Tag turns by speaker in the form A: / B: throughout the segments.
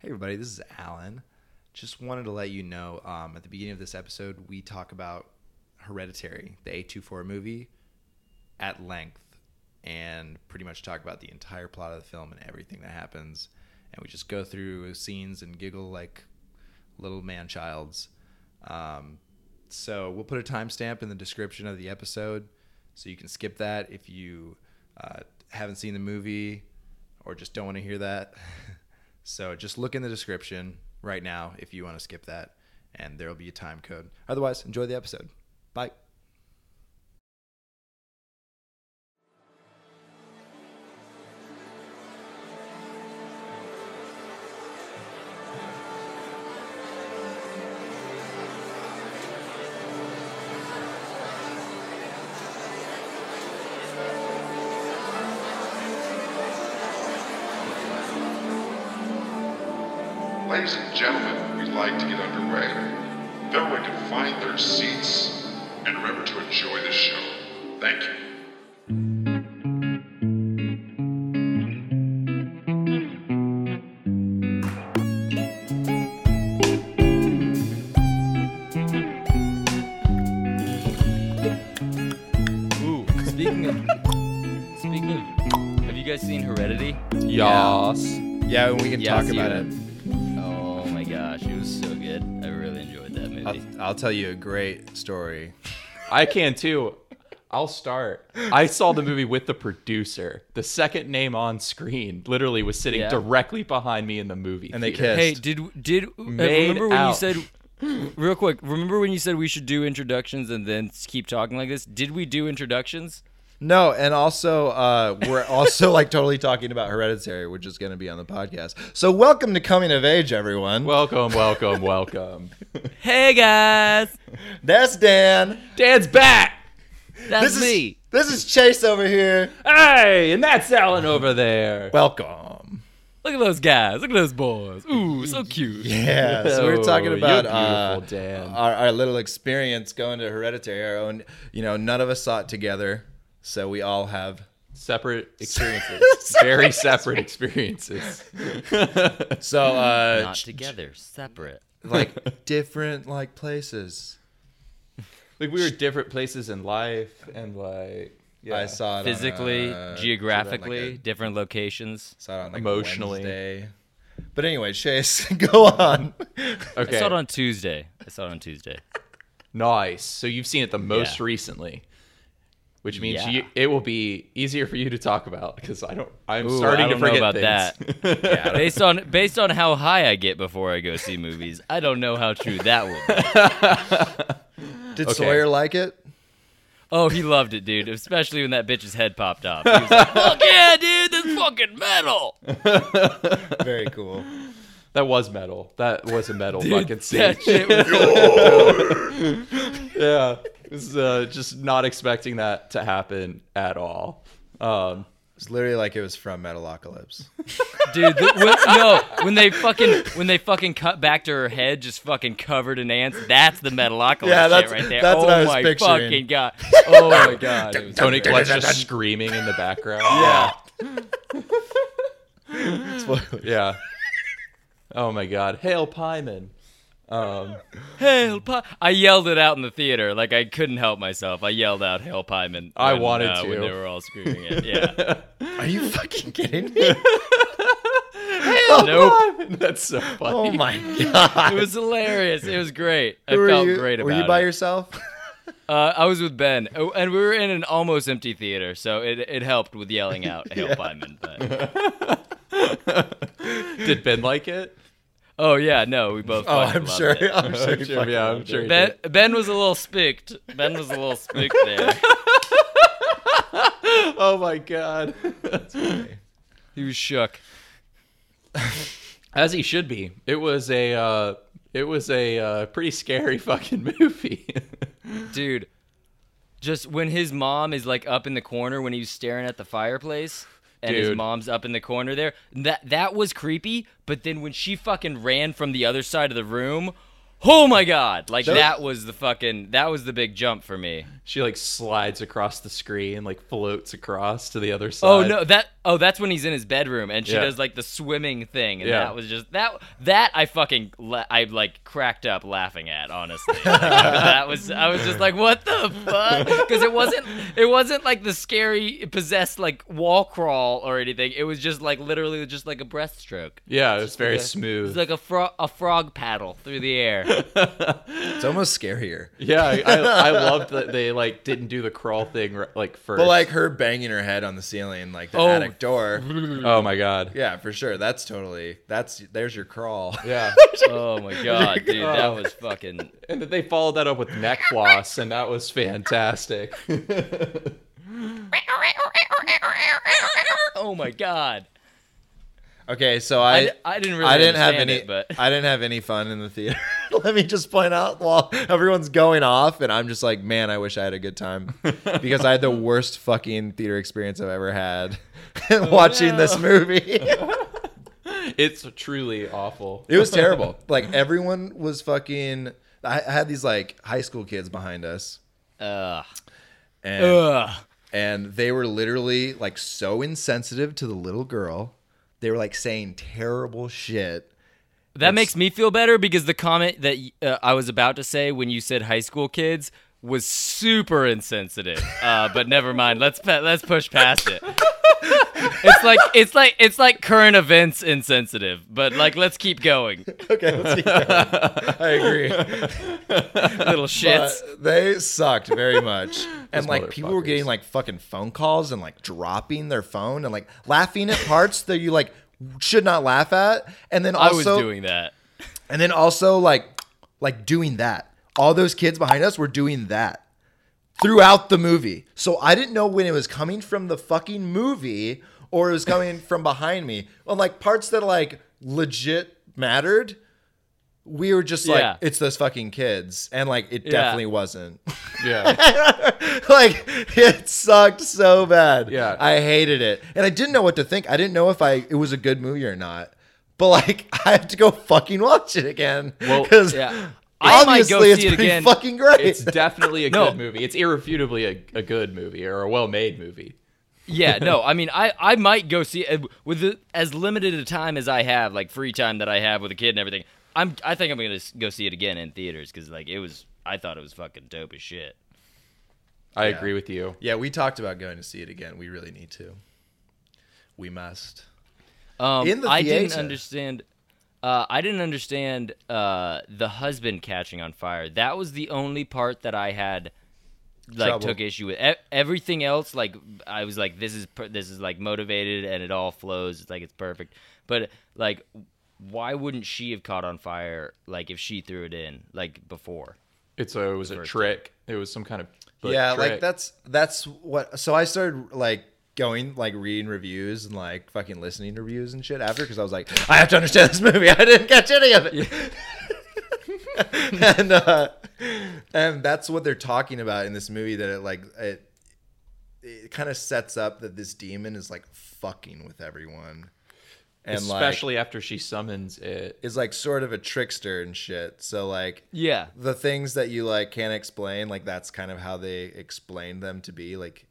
A: Hey, everybody, this is Alan. Just wanted to let you know um, at the beginning of this episode, we talk about Hereditary, the A24 movie, at length and pretty much talk about the entire plot of the film and everything that happens. And we just go through scenes and giggle like little man childs. Um, so we'll put a timestamp in the description of the episode so you can skip that if you uh, haven't seen the movie or just don't want to hear that. so just look in the description right now if you want to skip that, and there will be a time code. Otherwise, enjoy the episode. Bye.
B: Ladies and gentlemen, we'd like to get underway. If everyone can find their seats and remember to enjoy the show. Thank you.
C: Ooh, speaking of, speaking of, have you guys seen Heredity?
D: Yas.
A: Yeah, and we can
C: Yes,
A: talk about
C: you-
A: it.
C: Oh my gosh, it was so good. I really enjoyed that movie.
A: I'll, I'll tell you a great story.
D: I can too. I'll start. I saw the movie with the producer. The second name on screen literally was sitting
C: Yeah.
D: directly behind me in the movie.
A: And they
D: theater.
A: kissed.
E: Hey, did did uh,
D: Made
E: remember when you
D: out.
E: said real quick? Remember when you said we should do introductions and then s- keep talking like this? Did we do introductions?
A: No, and also uh, we're also like totally talking about Hereditary, which is going to be on the podcast. So welcome to Coming of Age, everyone.
D: Welcome, welcome, welcome.
E: Hey guys,
A: that's Dan.
D: Dan's back.
E: that's
A: this
E: me.
A: is this is Chase over here.
D: Hey, and that's Alan over there.
A: Welcome.
E: Look at those guys. Look at those boys. Ooh, so cute.
A: Yeah, so we're talking
D: Oh,
A: about
D: you're
A: uh,
D: beautiful, Dan.
A: our, our little experience going to Hereditary. Our own, you know, none of us saw it together, so we all have
D: Separate experiences. Very separate experiences.
A: so uh,
C: Not
A: ch-
C: together, separate.
A: like different like places.
D: Like we were different places in life and like yeah.
A: I saw it on,
E: Physically,
A: uh,
E: geographically,
A: like a-
E: different locations.
A: Saw it on like
D: Emotionally.
A: Wednesday. But anyway, Chase, go on.
D: Okay.
E: I saw it on Tuesday. I saw it on Tuesday.
D: Nice. So you've seen it the most
E: Yeah.
D: recently, which means
E: Yeah.
D: you, it will be easier for you to talk about because I don't. I'm
E: Ooh,
D: starting
E: I
D: to
E: don't
D: forget
E: know about
D: things.
E: based on based on how high I get before I go see movies, I don't know how true that will be.
A: Did
D: Okay.
A: Sawyer like it?
E: Oh, he loved it, dude. Especially when that bitch's head popped off. He was like, "Fuck yeah, dude! This fucking metal."
A: Very cool.
D: That was metal. That was a metal
E: Dude,
D: fucking scene.
E: that shit was-
D: yeah, It was, uh, just not expecting that to happen at all. Um,
A: It's literally like it was from Metalocalypse.
E: dude. The, when, no, when they fucking when they fucking cut back to her head, just fucking covered in ants. That's the metalocalypse
A: Yeah, that's-
E: shit right there.
A: that's
E: oh
A: what I was
E: my
A: picturing.
E: fucking god. Oh my god. it was
D: Tony
E: great.
D: Clutch just screaming in the background. Yeah, yeah. Oh my God! Hail Pyman! Um,
E: Hail Pi- I yelled it out in the theater. Like I couldn't help myself. I yelled out Hail Pyman.
D: I
E: when,
D: wanted
E: uh, when
D: to.
E: they were all screaming it. Yeah.
A: Are you fucking kidding me?
E: nope.
D: that's so funny.
A: Oh my god.
E: It was hilarious. It was great. I
A: Who were
E: felt
A: you-
E: great about
A: Were you by
E: it.
A: yourself?
E: Uh, I was with Ben, Oh, and we were in an almost empty theater, so it, it helped with yelling out "Hail Pyman." But
D: Did Ben like it?
E: oh yeah, no, we both.
A: Oh,
E: fucking
A: I'm
E: loved
A: sure.
E: it.
A: I'm sure. you fucking-
D: yeah, I'm sure. he
E: Ben,
D: did.
E: ben was a little spooked. Ben was a little spooked there.
D: Oh my god.
E: He was shook.
D: As he should be. It was a uh, it was a uh, pretty scary fucking movie.
E: Dude, just when his mom is like up in the corner when he was staring at the fireplace and his
D: Dude.
E: mom's up in the corner there, that that was creepy, but then when she fucking ran from the other side of the room, oh my god, like
D: Those-
E: that was the fucking that was the big jump for me.
D: She like slides across the screen, like floats across to the other side.
E: Oh no, that oh that's when he's in his bedroom and she
D: Yeah.
E: does like the swimming thing, and
D: Yeah.
E: that was just that that I fucking la- I like cracked up laughing at honestly. Like, that was I was just like what the fuck because it wasn't it wasn't like the scary possessed like wall crawl or anything. It was just like literally just like a breaststroke.
D: Yeah, it was very
E: like a-
D: smooth.
E: It's like a fro- a frog paddle through the air.
A: It's almost scarier.
D: yeah, I, I, I loved that they like didn't do the crawl thing r- like first.
A: But like her banging her head on the ceiling, like the
E: Oh.
A: attic door.
D: oh my god.
A: Yeah, for sure. That's totally. That's there's your crawl.
D: Yeah,
E: oh my god, dude, that was fucking
D: and that they followed that up with neck floss, and that was fantastic.
E: Oh my god.
A: Okay, so
E: I,
A: I
E: d- I didn't really
A: I didn't have
E: understand
A: any
E: it, but
A: I didn't have any fun in the theater. Let me just point out while everyone's going off and I'm just like, man, I wish I had a good time because I had the worst fucking theater experience I've ever had watching this movie.
D: it's truly awful.
A: It was terrible. Like everyone was fucking. I, I had these like high school kids behind us,
E: Ugh.
A: and and they were literally like so insensitive to the little girl. They were like saying terrible shit.
E: That makes me feel better because the comment that uh, I was about to say when you said high school kids was super insensitive. Uh, but never mind. Let's pa- let's push past it. It's like it's like it's like current events insensitive, but like let's keep going.
A: Okay, let's keep going. I agree.
E: Little shits.
A: But they sucked very much, and like people were
D: motherfuckers.
A: getting like fucking phone calls and like dropping their phone and like laughing at parts that you like should not laugh at, and then
E: I
A: also
E: was doing that.
A: And then also like like doing that. All those kids behind us were doing that throughout the movie. So I didn't know when it was coming from the fucking movie or it was coming from behind me. On like parts that like legit mattered, we were just like
E: Yeah.
A: it's those fucking kids and like it
E: Yeah.
A: definitely wasn't.
D: Yeah,
A: like it sucked so bad.
D: Yeah.
A: I hated it. And I didn't know what to think. I didn't know if I it was a good movie or not. But like I have to go fucking watch it again.
D: Well,
A: because
E: yeah. I might go
A: obviously it's
E: see it
A: pretty
E: again.
A: fucking great.
D: it's definitely a
E: No.
D: good movie. It's irrefutably a, a good movie or a well-made movie.
E: yeah, no, I mean, I, I might go see uh, with the, as limited a time as I have, like free time that I have with a kid and everything. I'm I think I'm gonna s- go see it again in theaters because like it was I thought it was fucking dope as shit.
D: I agree with you.
A: yeah, we talked about going to see it again. We really need to. We must.
E: Um,
A: In the
E: I didn't
A: theater.
E: understand. Uh, I didn't understand uh, the husband catching on fire. That was the only part that I had like
A: Trouble.
E: took issue with. E- everything else, like I was like, this is per- this is like motivated and it all flows. It's like it's perfect. But like, why wouldn't she have caught on fire? Like if she threw it in like before.
D: It's a, it was a
E: First
D: trick. It was some kind of but
A: yeah, like
D: trick.
A: that's that's what so I started like going like reading reviews and like fucking listening to reviews and shit after because I was like, I have to understand this movie. I didn't catch any of it. and uh, and that's what they're talking about in this movie that it like it it kind of sets up that this demon is like fucking with everyone and like
D: especially after she summons it.
A: is like sort of a trickster and shit so like
E: Yeah.
A: the things that you like can't explain like that's kind of how they explained them to be like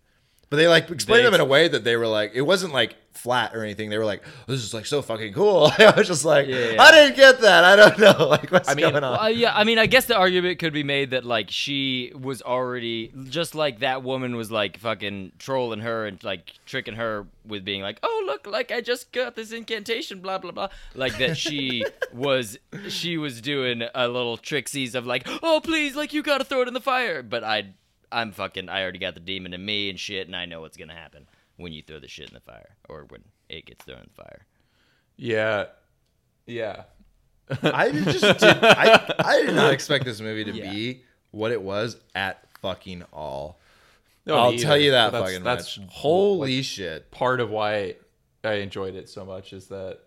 A: but they like explained
D: They
A: them in a way that they were like it wasn't like flat or anything they were like this is like so fucking cool i was just like
E: Yeah.
A: i didn't get that i don't know like what's
D: I mean,
A: going on
E: Well, Uh, yeah, I mean, I guess the argument could be made that like she was already just like that woman was like fucking trolling her and like tricking her with being like, "Oh, look, like I just got this incantation, blah blah blah." Like that she was she was doing a little tricksies of like, "Oh, please, like you got to throw it in the fire." But I I'm fucking I already got the demon in me and shit, and I know what's going to happen when you throw the shit in the fire or when it gets thrown in the fire.
D: Yeah, yeah.
A: I did- just did, I, I did not expect this movie to be what it was at fucking all.
D: No,
A: I'll
D: me
A: tell
D: either.
A: you that
D: That's-
A: fucking
D: that's
A: much. Holy shit.
D: part of why I enjoyed it so much is that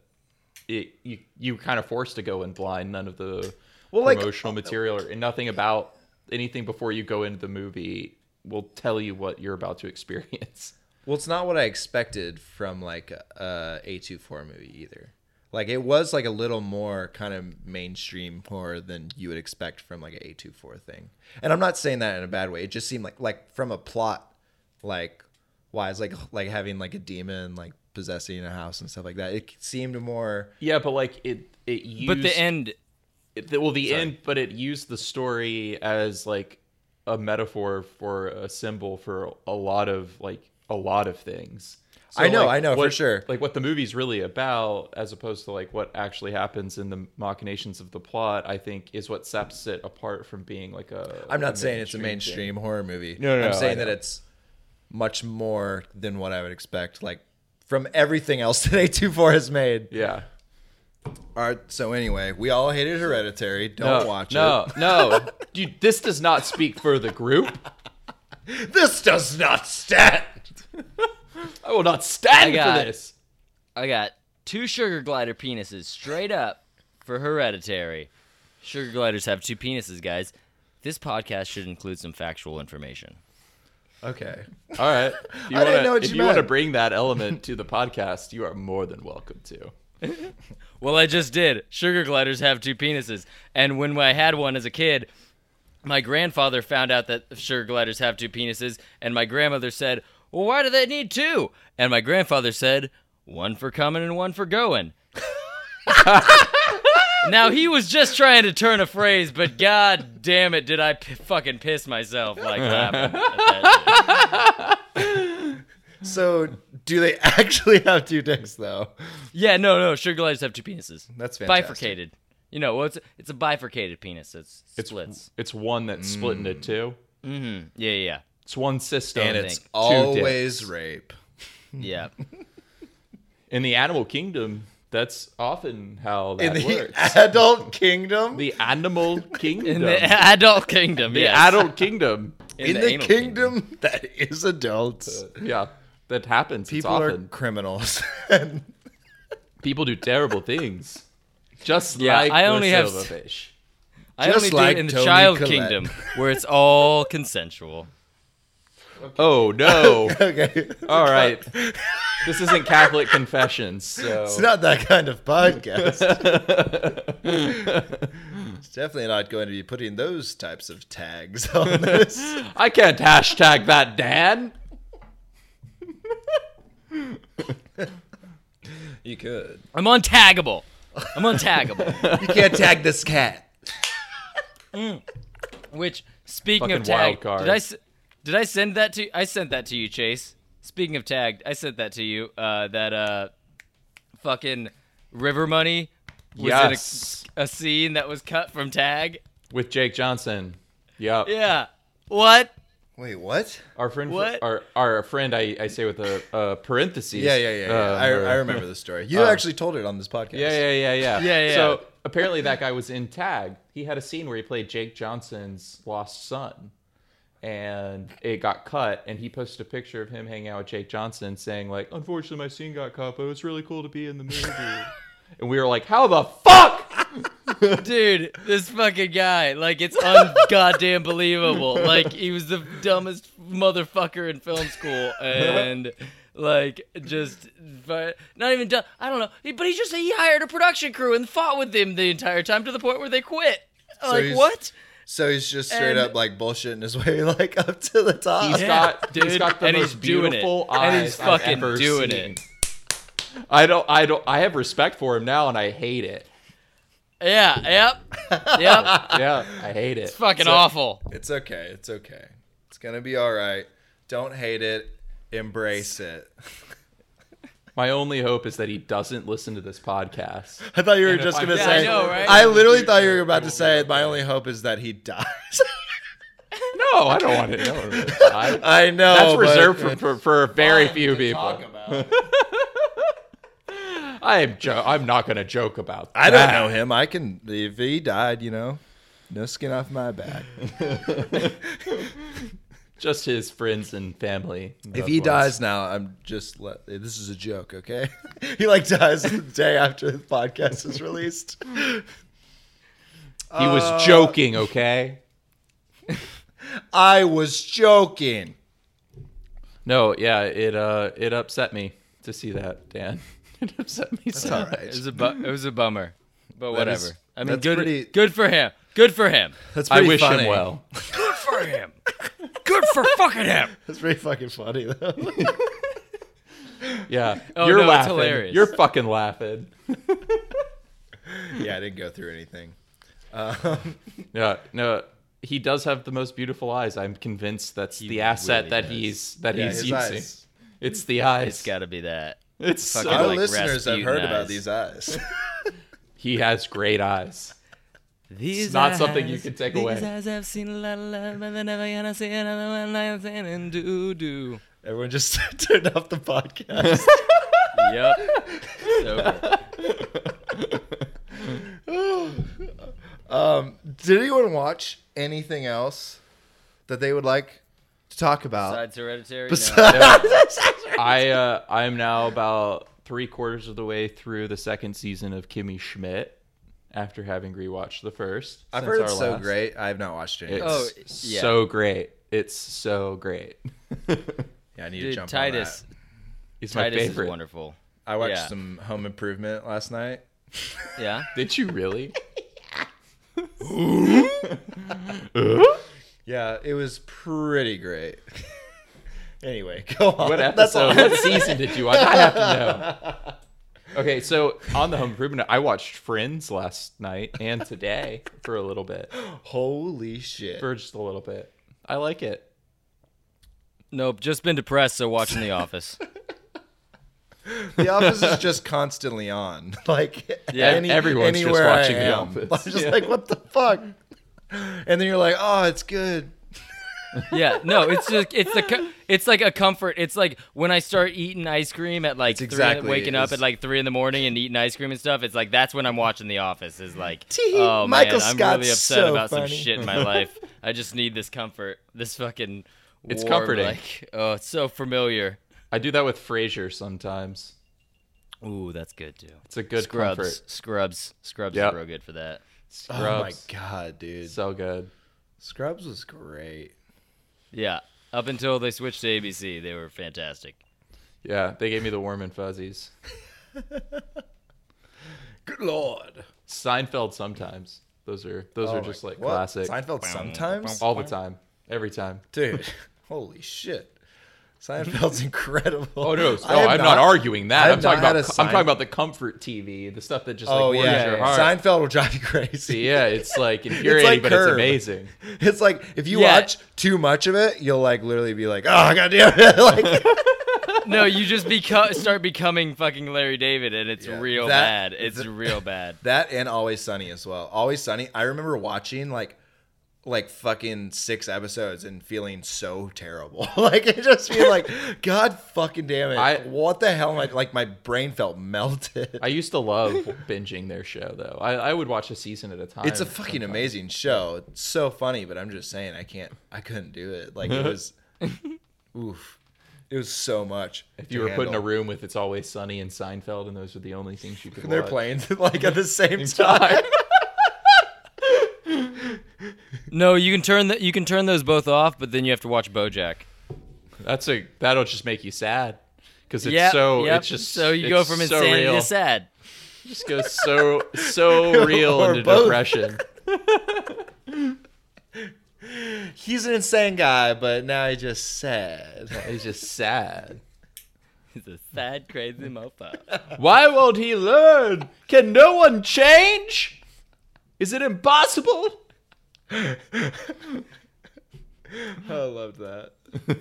D: it you you kind of forced to go in blind. None of the
A: like-
D: promotional material or nothing about anything before you go into the movie will tell you what you're about to experience.
A: Well, it's not what I expected from like a A24 movie either. Like it was like a little more kind of mainstream horror than you would expect from like a A24 thing. And I'm not saying that in a bad way. It just seemed like like from a plot like wise like like having like a demon like possessing a house and stuff like that. It seemed more
D: Yeah, but like it it used
E: But the end,
D: it- well the end but it used the story as like a metaphor for a symbol for a lot of like a lot of things So,
A: I know,
D: like,
A: I know, for
D: what-
A: sure.
D: like what the movie's really about as opposed to like what actually happens in the machinations of the plot i think is what sets it apart from being like a
A: I'm not saying it's a
D: thing.
A: mainstream horror movie.
D: No, no,
A: I'm
D: no, I
A: saying that
D: know.
A: it's much more than what I would expect, like from everything else that A24 has made.
D: yeah
A: All right. So anyway, we all hated Hereditary. Don't
D: no,
A: watch
D: no no dude this does not speak for the group
A: it. This does not stand.
D: i will not stand
E: I got-
D: for this
E: I got two sugar glider penises straight up for hereditary. Sugar gliders have two penises, guys. This podcast should include some factual information.
A: Okay.
D: All right. If you
A: I didn't
D: wanna,
A: know what
D: if
A: you
D: you want to
A: meant.
D: bring that element to the podcast, you are more than welcome to.
E: Well, I just did. Sugar gliders have two penises. And when I had one as a kid, my grandfather found out that sugar gliders have two penises, and my grandmother said, Well, why do they need two? And my grandfather said, One for coming and one for going. now, he was just trying to turn a phrase, but god damn it, did I p- fucking piss myself like laughing. at that.
A: So do they actually have two dicks though?
E: Yeah, no, no, sugar gliders have two penises.
A: That's fantastic.
E: bifurcated. You know, well, it's, it's a bifurcated penis. It's
D: It's
E: splits.
D: it's one that's split into two.
E: Yeah, yeah,
D: It's one system.
A: And
E: Don't
A: it's
E: think.
A: always
D: dicks.
A: rape.
E: yeah. yeah.
D: in the animal kingdom. That's often how that
A: In the
D: works.
A: adult kingdom.
D: the animal kingdom.
E: In the adult kingdom,
D: The
E: yes.
D: adult kingdom.
A: in, the,
E: anal
A: kingdom, that is adults.
D: Yeah. That happens.
A: People
D: it's
A: are
D: often.
A: criminals.
D: People do terrible things. Just
E: Yeah,
D: like
E: I
D: the
E: only have-
D: silverfish.
E: I
A: Just
E: only do
A: like
E: it in the
A: Toni
E: child
A: Collette.
E: kingdom, where it's all consensual.
D: Oh no.
A: okay.
D: All right. This isn't Catholic confessions. So
A: It's not that kind of podcast. it's definitely not going to be putting those types of tags on this.
D: I can't hashtag that, Dan.
A: You could.
E: I'm untaggable. I'm untaggable.
A: You can't tag this cat.
E: Which, speaking of
D: Fucking wild
E: tag,
D: card.
E: did I s- did I send that to? I sent that to you, Chase. Speaking of tagged, I sent that to you. Uh, that uh, fucking river money was
D: Yes.
E: in a, a scene that was cut from tag.
D: With Jake Johnson. Yep.
E: Yeah. What?
A: Wait, what?
D: Our friend,
E: What?
D: Our, our friend, I, I say with a, a parentheses.
A: Yeah, yeah, yeah. yeah.
D: uh,
A: I,
D: or- Oh.
A: I remember the story. You actually told it on this podcast.
D: Yeah, yeah, yeah, yeah.
E: Yeah, yeah.
D: So apparently that guy was in tag. He had a scene where he played Jake Johnson's lost son, and it got cut. And he posted a picture of him hanging out with Jake Johnson, saying like, "Unfortunately, my scene got cut, but it was really cool to be in the movie." and we were like, "How the fuck?"
E: Dude, this fucking guy, like it's ungoddamn believable. Like he was the dumbest motherfucker in film school, and like just but not even dumb. I don't know, He- but he just he hired a production crew and fought with them the entire time to the point where they quit. like
A: he's-
E: what?
A: So he's just straight
E: And-
A: up like bullshitting his way like up to the top.
D: He's
E: Yeah,
D: got, he's
E: dude,
D: got the
E: and
D: most
E: he's doing it.
D: beautiful eyes
E: And he's
D: I've
E: fucking
D: ever
E: doing
D: seen.
E: it.
D: I don't, I don't, I have respect for him now, and I hate it.
E: Yeah, yep, yep.
D: Yeah, I hate it.
E: fucking awful.
A: It's okay. It's okay. It's gonna be all right. Don't hate it. Embrace it.
D: My only hope is that he doesn't listen to this podcast.
A: I thought you were just
D: I-
A: gonna
D: Yeah, I
A: say. I,
E: know, right?
A: literally thought you were about to say. My only hope is that he dies.
D: No, I don't want to know. I,
A: I know.
D: that's
A: but-
D: reserved for, for, for very few people.
A: Talk about.
D: I am jo- I'm not going to joke about that.
A: I don't know him. I can. If he died, you know, no skin off my back.
D: Just his friends and family. and
A: if
D: loved
A: he
D: ones.
A: dies now, I'm just. Let, this is a joke, okay? he like dies the day after the podcast is released.
D: he
A: uh,
D: was joking, okay?
A: I was joking.
D: No, yeah, it uh it upset me to see that, Dan. it upset me so
A: all
D: much.
A: right.
E: It was a bu- it was a bummer, but whatever.
A: is-
E: I mean,
A: that's
E: good
A: pretty-
E: good for him. Good for him.
A: That's
D: I
A: pretty
D: wish
A: funny.
D: him well.
E: Good for him. Good for fucking him.
A: That's pretty fucking funny though.
D: Yeah.
E: Oh,
D: You're
E: no, it's
D: laughing.
E: hilarious.
D: You're fucking laughing.
A: yeah, I didn't go through anything.
D: Yeah, no, he does have the most beautiful eyes. I'm convinced that's the asset that he's that
A: Yeah,
D: he's
A: his
D: using.
A: eyes.
D: It's the eyes.
E: It's got to be that.
D: It's so,
E: fucking-
A: Our
E: like
A: listeners have
E: Rasputin
A: heard about
E: eyes.
A: these eyes.
D: he has great eyes.
E: These
D: It's not something you can take away.
E: These eyes have seen a lot of love, but they're never gonna see another one like this and do do.
A: Everyone just turned off the podcast.
E: Yep. It's over.
A: Did anyone watch anything else that they would like to talk about?
E: Besides hereditary.
A: Besides-
D: I uh, I am now about three quarters of the way through the second season of Kimmy Schmidt. After having rewatched the first,
A: I've
D: since
A: heard
D: our
A: it's so
D: last.
A: great. I've not watched any.
D: It's
A: of this.
E: Oh, yeah.
D: so great. It's so great.
A: yeah, I need to
E: Dude,
A: jump
E: Titus.
A: on
D: He's my
E: Titus is
D: favorite.
E: wonderful.
A: that. I watched
E: yeah.
A: some Home Improvement last night.
E: Yeah.
D: Did you really?
A: Yeah, it was pretty great. anyway, go on.
D: What
A: That's all.
D: episode? What season did you watch? I have to know. Okay, so on the Home Improvement, I watched Friends last night and today for a little bit,
A: Holy shit.
D: for just a little bit. I like it.
E: Nope. Just been depressed, so watching The Office.
A: The Office is just constantly on. Like
E: Yeah,
D: everyone's just
A: anywhere I
D: watching The
A: am.
D: Office.
A: I'm just
D: Yeah.
A: like, what the fuck? And then you're like, oh, it's good.
E: Yeah, no, it's just it's the co- it's like a comfort. It's like when I start eating ice cream at like
A: exactly-
E: three, waking up
A: it's-
E: at like three in the morning and eating ice cream and stuff. It's like that's when I'm watching The Office. Is like,
A: Tee-hee,
E: oh
A: Michael
E: man, I'm
A: Scott's
E: really upset
A: so
E: about some
A: funny."
E: shit in my life. I just need this comfort, this fucking.
D: It's
E: warm,
D: comforting.
E: Like, oh, it's so familiar.
D: I do that with Frasier sometimes.
E: Ooh, that's good too.
D: It's a good
E: Scrubs,
D: comfort.
E: Scrubs, Scrubs
D: Yep.
E: is real good for that.
D: Scrubs,
A: Oh my god, dude.
D: so good.
A: Scrubs was great.
E: Yeah, up until they switched to ABC, they were fantastic.
D: Yeah, they gave me the warm and fuzzies.
A: Good lord.
D: Seinfeld sometimes. Those are those are just like
A: Oh What?
D: classic.
A: Seinfeld sometimes?
D: All the time, every time.
A: Dude, holy shit. Seinfeld's incredible.
D: Oh no!
A: I
D: Oh,
A: have
D: I'm not, arguing
A: I
D: that.
A: have
D: I'm talking
A: not
D: about
A: had a
D: I'm talking
A: Seinfeld-
D: about the comfort TV, the stuff that just like
A: Oh
D: warms
A: yeah,
D: your
A: yeah,
D: heart.
A: Seinfeld will drive you crazy.
D: Yeah, it's like infuriating,
A: like
D: but it's
A: Curb.
D: amazing.
A: It's like if you
E: Yeah.
A: watch too much of it, you'll like literally be like, "Oh god damn it!" like,
E: No, you just beco- start becoming fucking Larry David, and it's
A: Yeah,
E: real
A: that-
E: bad. It's real bad.
A: That and Always Sunny as well. Always Sunny. I remember watching like like fucking six episodes and feeling so terrible. like it just being like, God fucking damn it.
D: I-
A: what the hell am I like my brain felt melted.
D: I used to love binging their show though. I, I would watch a season at a time.
A: it's a fucking amazing show. It's so funny, but I'm just saying I can't I couldn't do it. Like it was oof. It was so much.
D: If you were put in a room with "It's Always Sunny" and Seinfeld, and those were the only things you could.
A: they're
D: watch.
A: playing like at the same time.
D: Time.
E: No, you can turn the, you can turn those both off, but then you have to watch BoJack.
D: That's a that'll just make you sad because it's
E: Yeah,
D: so
E: yep.
D: it's just
E: so you
D: it's
E: go from
D: so
E: insanity
D: real.
E: to sad.
D: Just goes so so real
A: Or
D: into
A: both.
D: depression.
A: He's an insane guy, but now he's just sad.
D: It's just sad.
E: He's a sad, crazy mofo.
D: Why won't he learn? Can no one change? Is it impossible?
A: I love that.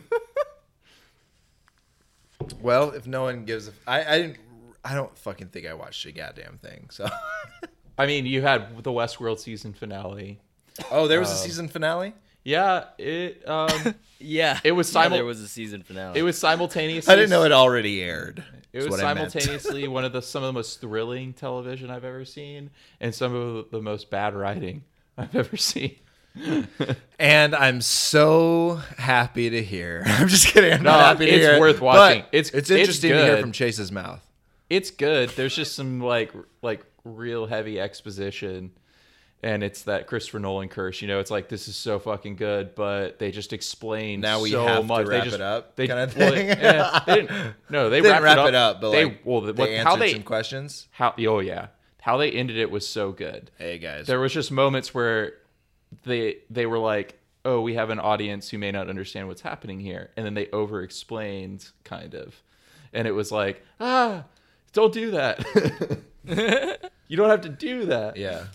A: well, if no one gives a, I, I didn't, I don't fucking think I watched a goddamn thing. So,
D: I mean, you had the Westworld season finale.
A: oh, there was
D: Um,
A: a season finale.
D: Yeah, it um,
E: Yeah,
D: It was
E: Yeah,
D: simul-
E: there was a season finale.
D: it was simultaneously.
A: I didn't know it already aired.
D: It
A: is
D: was
A: what I meant.
D: simultaneously one of the some of the most thrilling television I've ever seen, and some of the most bad writing I've ever seen.
A: And I'm so happy to hear. I'm just kidding. I'm not
D: No,
A: happy to
D: it's
A: hear. it,
D: worth watching.
A: but
D: It's-
A: it's
D: it's
A: interesting to hear
D: good.
A: from Chase's mouth.
D: It's good. There's just some like r- like real heavy exposition, and it's that Christopher Nolan curse. You know, it's like this is so fucking good, but they just explained
A: Now we
D: so
A: have to
D: much. they
A: wrap
D: just,
A: it up
D: They,
A: kinda
D: well,
A: thing.
D: yeah, they didn't. No, they,
A: They didn't
D: wrapped
A: wrap
D: it up,
A: it up, but
D: they,
A: like,
D: well,
A: they
D: what,
A: answered
D: how they
A: some questions.
D: how oh yeah how they ended it was so good.
A: Hey guys,
D: There was just moments where they they were like, oh, we have an audience who may not understand what's happening here, and then they over explained kind of, and it was like ah, don't do that. you don't have to do that.
A: yeah,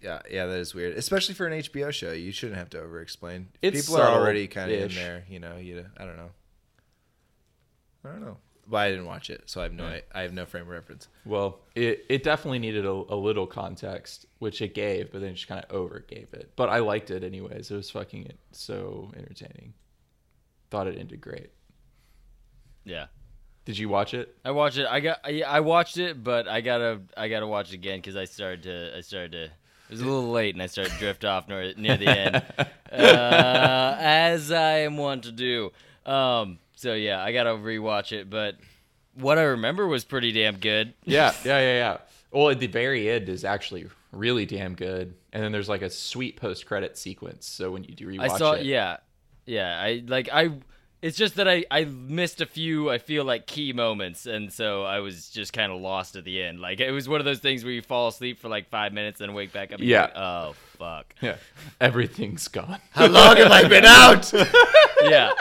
A: yeah, yeah. That is weird, especially for an HBO show. You shouldn't have to over-explain.
D: It's
A: People are already
D: subtle-ish.
A: kind of in there, you know. You, I don't know. I don't know. But I didn't watch it, so I have no, I, have no frame of reference.
D: Well, it, it definitely needed a, a little context, which it gave, but then it just kind of overgave it. But I liked it anyways. It was fucking so entertaining. Thought it ended great.
E: Yeah.
D: Did you watch it?
E: I watched it. I got. I, I watched it, but I gotta. I gotta watch it again because I started to. I started to. It was a little late, and I started to drift off near, near the end, uh, as I am wont to do. Um. So yeah, I gotta rewatch it. But what I remember was pretty damn good.
D: Yeah, yeah, yeah, yeah. Well, at the very end is actually really damn good, and then there's like a sweet post credit sequence. So when you do rewatch
E: I saw.
D: it,
E: Yeah. Yeah. I like. I. It's just that I, I missed a few I feel like key moments and so I was just kind of lost at the end. Like it was one of those things where you fall asleep for like 5 minutes and wake back up and you're
D: Yeah.
E: like, oh fuck.
D: yeah, everything's gone.
A: How long have I been out?
E: yeah.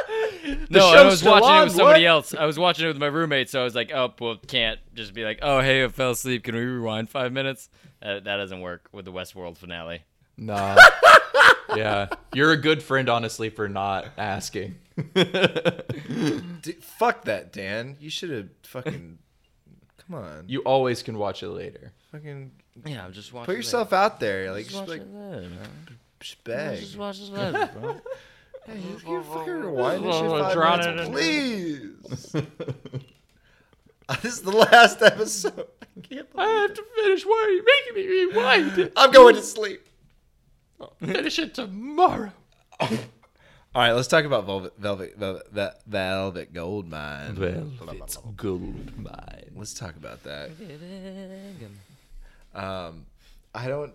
E: No, I
D: show's
E: was
D: still
E: watching it
D: on,
E: with somebody
D: what?
E: else. I was watching it with my roommate, so I was like, "Oh, well, can't just be like, oh, hey, I fell asleep. Can we rewind five minutes?" Uh, that doesn't work with the Westworld finale.
D: Nah. yeah, you're a good friend, honestly, for not asking.
A: D fuck that, Dan. You should have fucking. Come on, you
D: You always can watch it later.
A: fucking
E: Yeah, I'm just watching.
A: put yourself out there. Like, just like, just beg.
E: watch it later, bro.
A: Hey, just give fucking rewind this shit five
E: Drown
A: minutes,
E: it in-
A: please. this is the last episode. I can't
D: I
A: believe
D: have to finish. Why are you making me rewind? it?
A: I'm going to sleep.
D: finish it tomorrow.
A: All right, let's talk about Velvet, Velvet, Velvet, Ve- Velvet Gold Mine.
D: it's gold mine.
A: Let's talk about that. Um, I don't.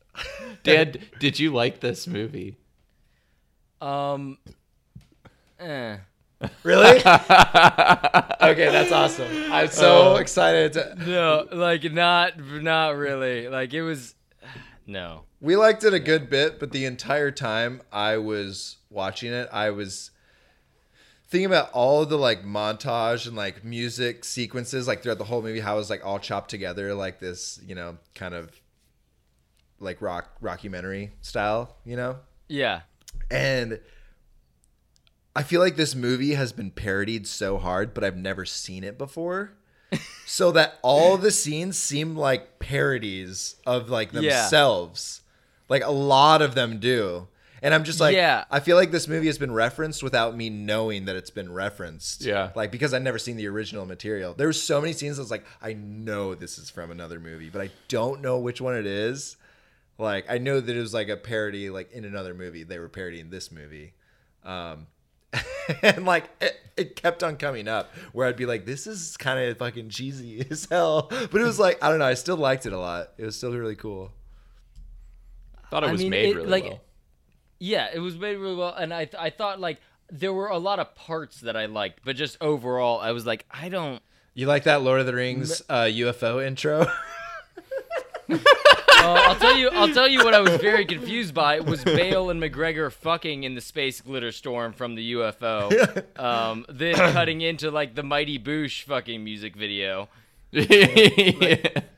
D: Dad, did you like this movie?
E: Um, eh.
A: Really? okay, that's awesome. I'm so excited. To,
E: no, like not, not really. Like it was, no.
A: we liked it a good bit, but the entire time I was watching it, I was thinking about all the like montage and like music sequences, like throughout the whole movie, how it was like all chopped together, like this, you know, kind of like rock rockumentary style, you know.
E: Yeah,
A: And I feel like this movie has been parodied so hard, but I've never seen it before. so that all the scenes seem like parodies of like
E: Yeah.
A: themselves. Like a lot of them do. And I'm just like,
E: Yeah.
A: I feel like this movie has been referenced without me knowing that it's been referenced.
D: Yeah.
A: Like because I've never seen the original material. There were so many scenes I was like, I know this is from another movie, but I don't know which one it is. Like I know that it was like a parody, like in another movie. They were parodying this movie, um, and like it, it kept on coming up. Where I'd be like, "This is kind of fucking cheesy as hell," but it was like I don't know. I still liked it a lot. It was still really cool.
D: Thought it
E: I
D: was
E: mean,
D: made
E: it-
D: really
E: like-
D: well.
E: Yeah, it was made really well, and I I thought like there were a lot of parts that I liked, but just overall, I was like, I don't.
A: You like that Lord of the Rings uh, UFO intro?
E: Uh, I'll tell you. I'll tell you what I was very confused by was Bale and McGregor fucking in the space glitter storm from the UFO, um, then cutting into like the Mighty Boosh fucking music video.
A: yeah.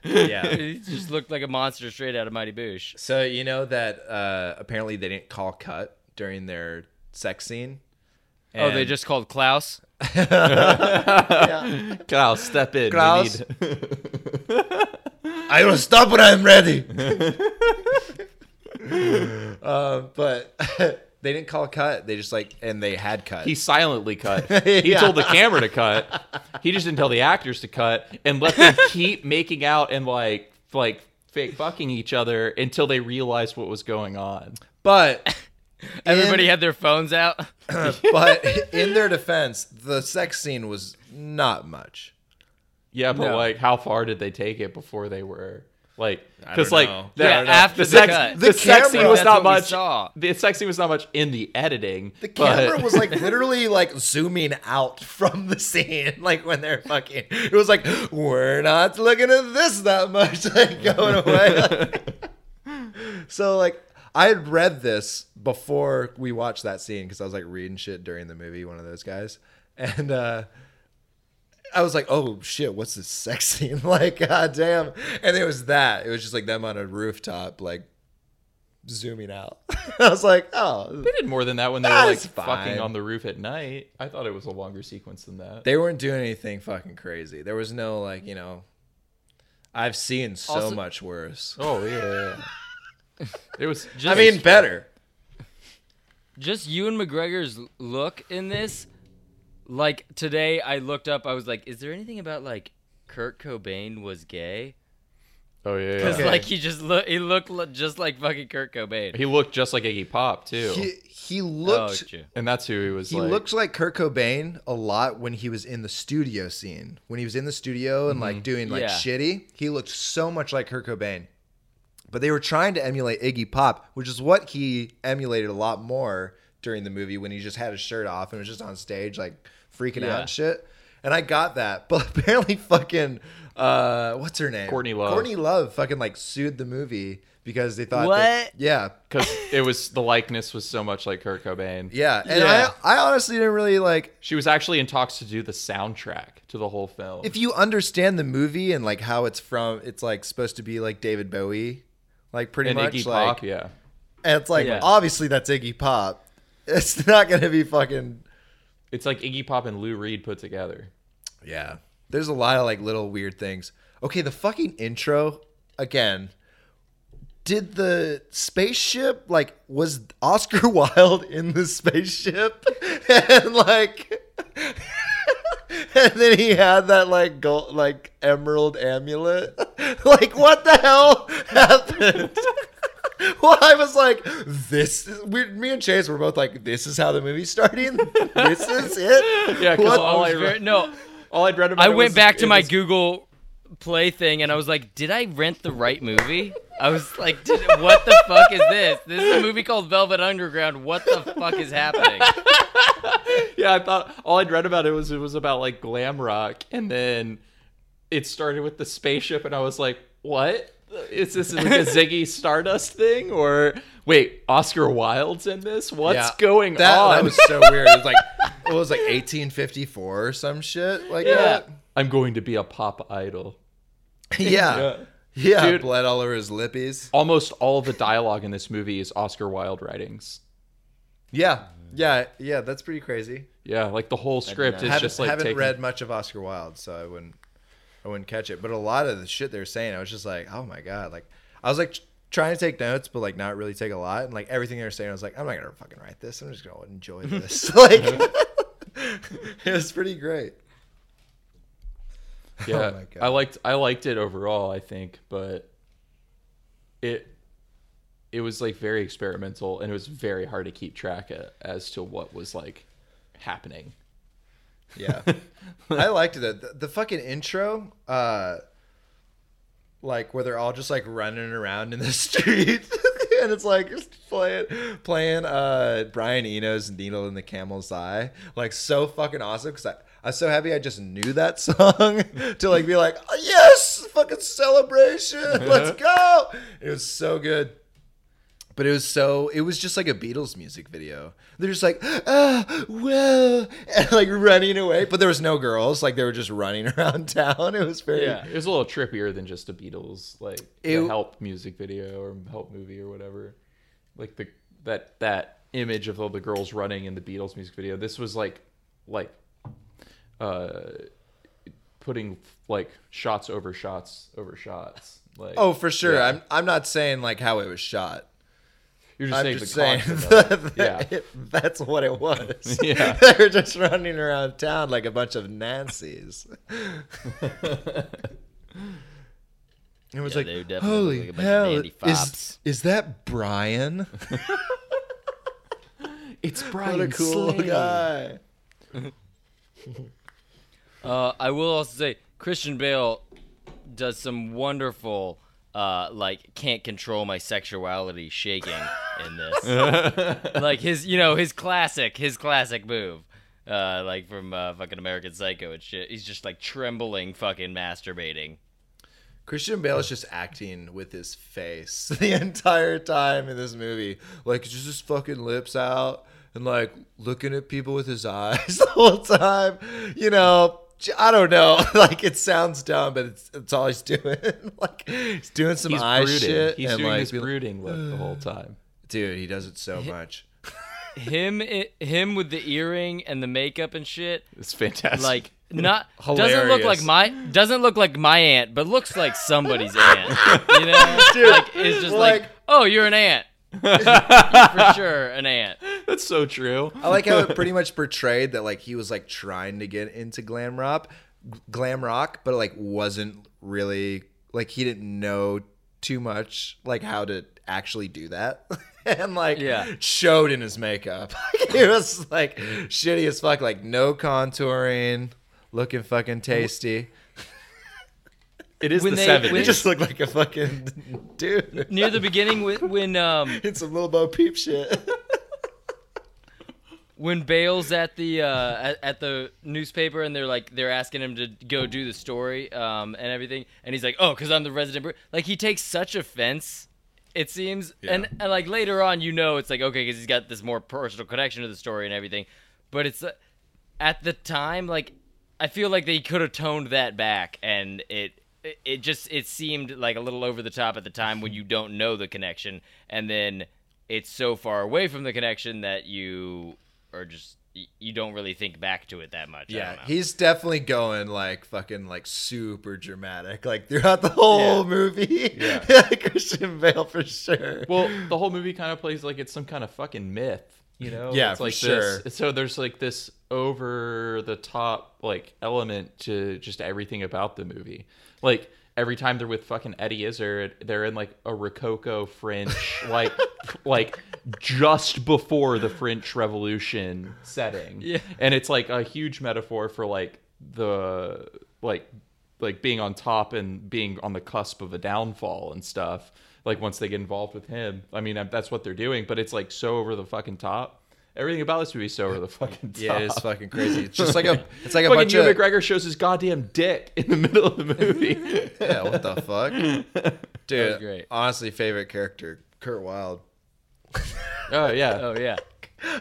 E: It just looked like a monster straight out of Mighty Boosh.
A: So you know that uh, apparently they didn't call cut during their sex scene.
E: oh, they just called Klaus.
D: Klaus, step in.
A: Klaus.
D: We need...
A: I will stop when I'm ready. uh, but they didn't call cut. They just like, and they had cut.
D: He silently cut. He
A: Yeah.
D: told the camera to cut. He just didn't tell the actors to cut and let them keep making out and like like fake fucking each other until they realized what was going on.
A: but
E: Everybody
A: in,
E: had their phones out.
A: but in their defense, the sex scene was not much.
D: Yeah, but
E: No.
D: like how far did they take it before they were Like,
A: I
D: because
A: don't
D: like
A: know.
D: the-
E: Yeah, after
D: the,
E: the
D: sex,
E: cut.
D: the
A: The
D: sex
A: camera-
D: scene was
E: That's
D: not
E: what we
D: much.
E: saw.
D: The sex scene was not much in the editing.
A: The
D: but-
A: camera was like literally like zooming out from the scene, like when they're fucking. It was like we're not looking at this that much, like going away. like- so like I had read this before we watched that scene because I was like reading shit during the movie. One of those guys, and uh, I was like, oh shit, what's this sex scene? like, goddamn. And it was that. It was just like them on a rooftop, like zooming out. I was like, oh.
D: They did more than that when they were like
A: That's
D: fucking
A: fine.
D: on the roof at night. I thought it was a longer sequence than that.
A: they weren't doing anything fucking crazy. There was no like, you know, I've seen so
E: Also-
A: much worse.
D: oh yeah, yeah, yeah. it was.
A: I
E: Just-
A: mean, better.
E: just Ewan McGregor's look in this. Like today, I looked up. I was like, "Is there anything about like Kurt Cobain was gay?"
D: oh yeah, yeah.
E: Because like he just look, he looked lo- just like fucking Kurt Cobain.
D: he looked just like Iggy Pop too,
A: He he
E: oh,
A: looked
E: true.
D: and that's who he was.
A: he
D: like,
A: looked like Kurt Cobain a lot when he was in the studio scene. When he was in the studio and
D: Mm-hmm.
A: like doing like
E: Yeah.
A: shitty, he looked so much like Kurt Cobain. But they were trying to emulate Iggy Pop, which is what he emulated a lot more during the movie when he just had his shirt off and was just on stage like freaking out
D: Yeah.
A: and shit. And I got that, but apparently fucking uh what's her name?
D: Courtney Love.
A: Courtney Love fucking like sued the movie because they thought
E: What?
A: that- yeah,
D: because it was the likeness was so much like Kurt Cobain.
A: yeah. And
E: Yeah.
A: I I honestly didn't really like
D: She was actually in talks to do the soundtrack to the whole film.
A: if you understand the movie and like how it's from it's like supposed to be like david bowie like pretty
D: and
A: much
D: Iggy
A: like
D: Pop, yeah.
A: and it's like
E: Yeah.
A: obviously that's iggy pop it's not gonna be fucking
D: It's like Iggy Pop and Lou Reed put together.
A: yeah there's a lot of like little weird things okay the fucking intro again did the spaceship like was oscar wilde in the spaceship and like and then he had that like gold, like emerald amulet. like what the hell happened? well, I was like, this. Is, we, me and Chase were both like, this is how the movie's starting. this is it.
D: Yeah, 'cause
A: What-
D: all
E: I
D: Oh, I
E: was very-
D: re-
E: no,
D: All I'd read about.
E: I
D: it
E: went
D: was-
E: back to
D: it
E: my
D: was-
E: Google Play thing and I was like, "Did I rent the right movie?" I was like, did, "What the fuck is this? This is a movie called Velvet Underground. What the fuck is happening?"
D: Yeah, I thought all I'd read about it was it was about like glam rock, and then it started with the spaceship, and I was like, what? Is this like a Ziggy Stardust thing, or wait, Oscar Wilde's in this? What's
A: Yeah,
D: going
A: that,
D: on?
A: That was so weird. It was like it was like 1854 or some shit like
D: yeah.
A: that.
D: I'm going to be a pop idol.
A: Yeah. Yeah,
D: Dude.
A: blood all over his lippies.
D: Almost all the dialogue in this movie is Oscar Wilde writings.
A: Yeah, yeah, yeah. That's pretty crazy.
D: Yeah, like the whole script is
A: haven't,
D: just like
A: haven't
D: taken-
A: read much of Oscar Wilde, so I wouldn't I wouldn't catch it. But a lot of the shit they're saying, I was just like, oh my god, like I was like tr- trying to take notes, but like not really take a lot, and like everything they're saying, I was like, I'm not gonna fucking write this. I'm just gonna enjoy this. like it was pretty great.
D: Yeah,
A: Oh my God.
D: I liked I liked it overall. I think, but it it was like very experimental, and it was very hard to keep track of, as to what was like happening.
A: Yeah. I liked it. The, the fucking intro, uh, like where they're all just like running around in the street, and it's like just playing playing uh, Brian Eno's "Needle in the Camel's Eye," like so fucking awesome. Because I, I was so happy I just knew that song to like be like, "Oh, yes, fucking celebration, let's go. It was so good. But it was so it was just like a Beatles music video. They're just like, ah, whoa, and like running away. But there was no girls, like they were just running around town. It was very
D: Yeah, it was a little trippier than just a Beatles like the
A: It-
D: Help music video or Help movie or whatever. Like the that that image of all the girls running in the Beatles music video. This was like like uh putting like shots over shots over shots. Like
A: Oh, for sure.
D: Yeah.
A: I'm I'm not saying like how it was shot.
D: You're just
A: I'm
D: saying
A: just
D: the
A: saying
D: concept of
A: that,
D: Yeah.
A: it- that's what it was.
D: Yeah.
A: they were just running around town like a bunch of Nancy's. It was
E: Yeah, they
A: like,
E: definitely look
A: holy
E: like a bunch of
A: hell,
E: dandy
A: is,
E: fops."
A: is that Brian?
D: it. It's Brian
A: What a cool
D: Slade.
A: guy.
E: Uh, I will also say Christian Bale does some wonderful uh, like can't control my sexuality shaking in this. like his, you know, his classic, his classic move. Uh, like from uh, fucking American Psycho and shit. He's just like trembling, fucking masturbating.
A: Christian Bale is just acting with his face the entire time in this movie. Like just his fucking lips out and like looking at people with his eyes the whole time. You know, j- I don't know. Like it sounds dumb, but it's, it's all he's doing. like he's doing some
D: He's
A: eye
D: brooding.
A: shit.
D: He's
A: and,
D: doing
A: like,
D: this
A: be like,
D: brooding look the whole time.
A: Dude, he does it so much.
E: Him, i him with the earring and the makeup and shit.
D: It's fantastic.
E: Like not doesn't look like
A: Hilarious.
E: my doesn't look like my aunt, but looks like somebody's aunt. You know, like it's just like,
A: like-
E: oh, you're an aunt. for sure, an aunt.
D: that's so true.
A: I like how it pretty much portrayed that like he was like trying to get into glam rock, glam rock, but like wasn't really like he didn't know too much like how to actually do that. and like
E: Yeah.
A: showed in his makeup. it was like shitty as fuck like no contouring, looking fucking tasty.
D: It is
E: When
D: the
E: they-
D: seventies.
E: when-
A: It just looked like a fucking dude.
E: Near the beginning, wh- when um
A: It's a little Bo Peep shit.
E: when Bale's at the uh, at, at the newspaper and they're like they're asking him to go do the story um, and everything, and he's like, "Oh, because I'm the resident." Bru-. Like he takes such offense. It seems, and, and like later on, you know, it's like okay, because he's got this more personal connection to the story and everything, but it's uh, at the time, like I feel like they could have toned that back, and it it- it just it seemed like a little over the top at the time when you don't know the connection, and then it's so far away from the connection that you are just y- you don't really think back to it that much. I
A: Yeah,
E: don't know.
A: he's definitely going like fucking like super dramatic, like throughout the whole movie. Yeah. Christian Bale for sure.
D: well, the whole movie kind of plays like it's some kind of fucking myth, you know?
A: Yeah,
D: it's
A: for
D: like
A: sure.
D: This, so there's like this over the top like element to just everything about the movie. Like every time they're with fucking Eddie Izzard, they're in like a Rococo French, like like just before the French Revolution setting. Yeah, and it's like a huge metaphor for like the like like being on top and being on the cusp of a downfall and stuff. Like once they get involved with him, I mean that's what they're doing, but it's like so over the fucking top. Everything about this movie is so over the fucking top.
A: yeah, it's fucking crazy. It's just like a, it's like a
D: fucking
A: bunch
D: Ewan
A: of
D: McGregor shows his goddamn dick in the middle of the movie.
A: yeah. What the fuck, dude?
E: great.
A: Honestly, favorite character, Kurt Wild.
D: oh yeah,
E: oh yeah,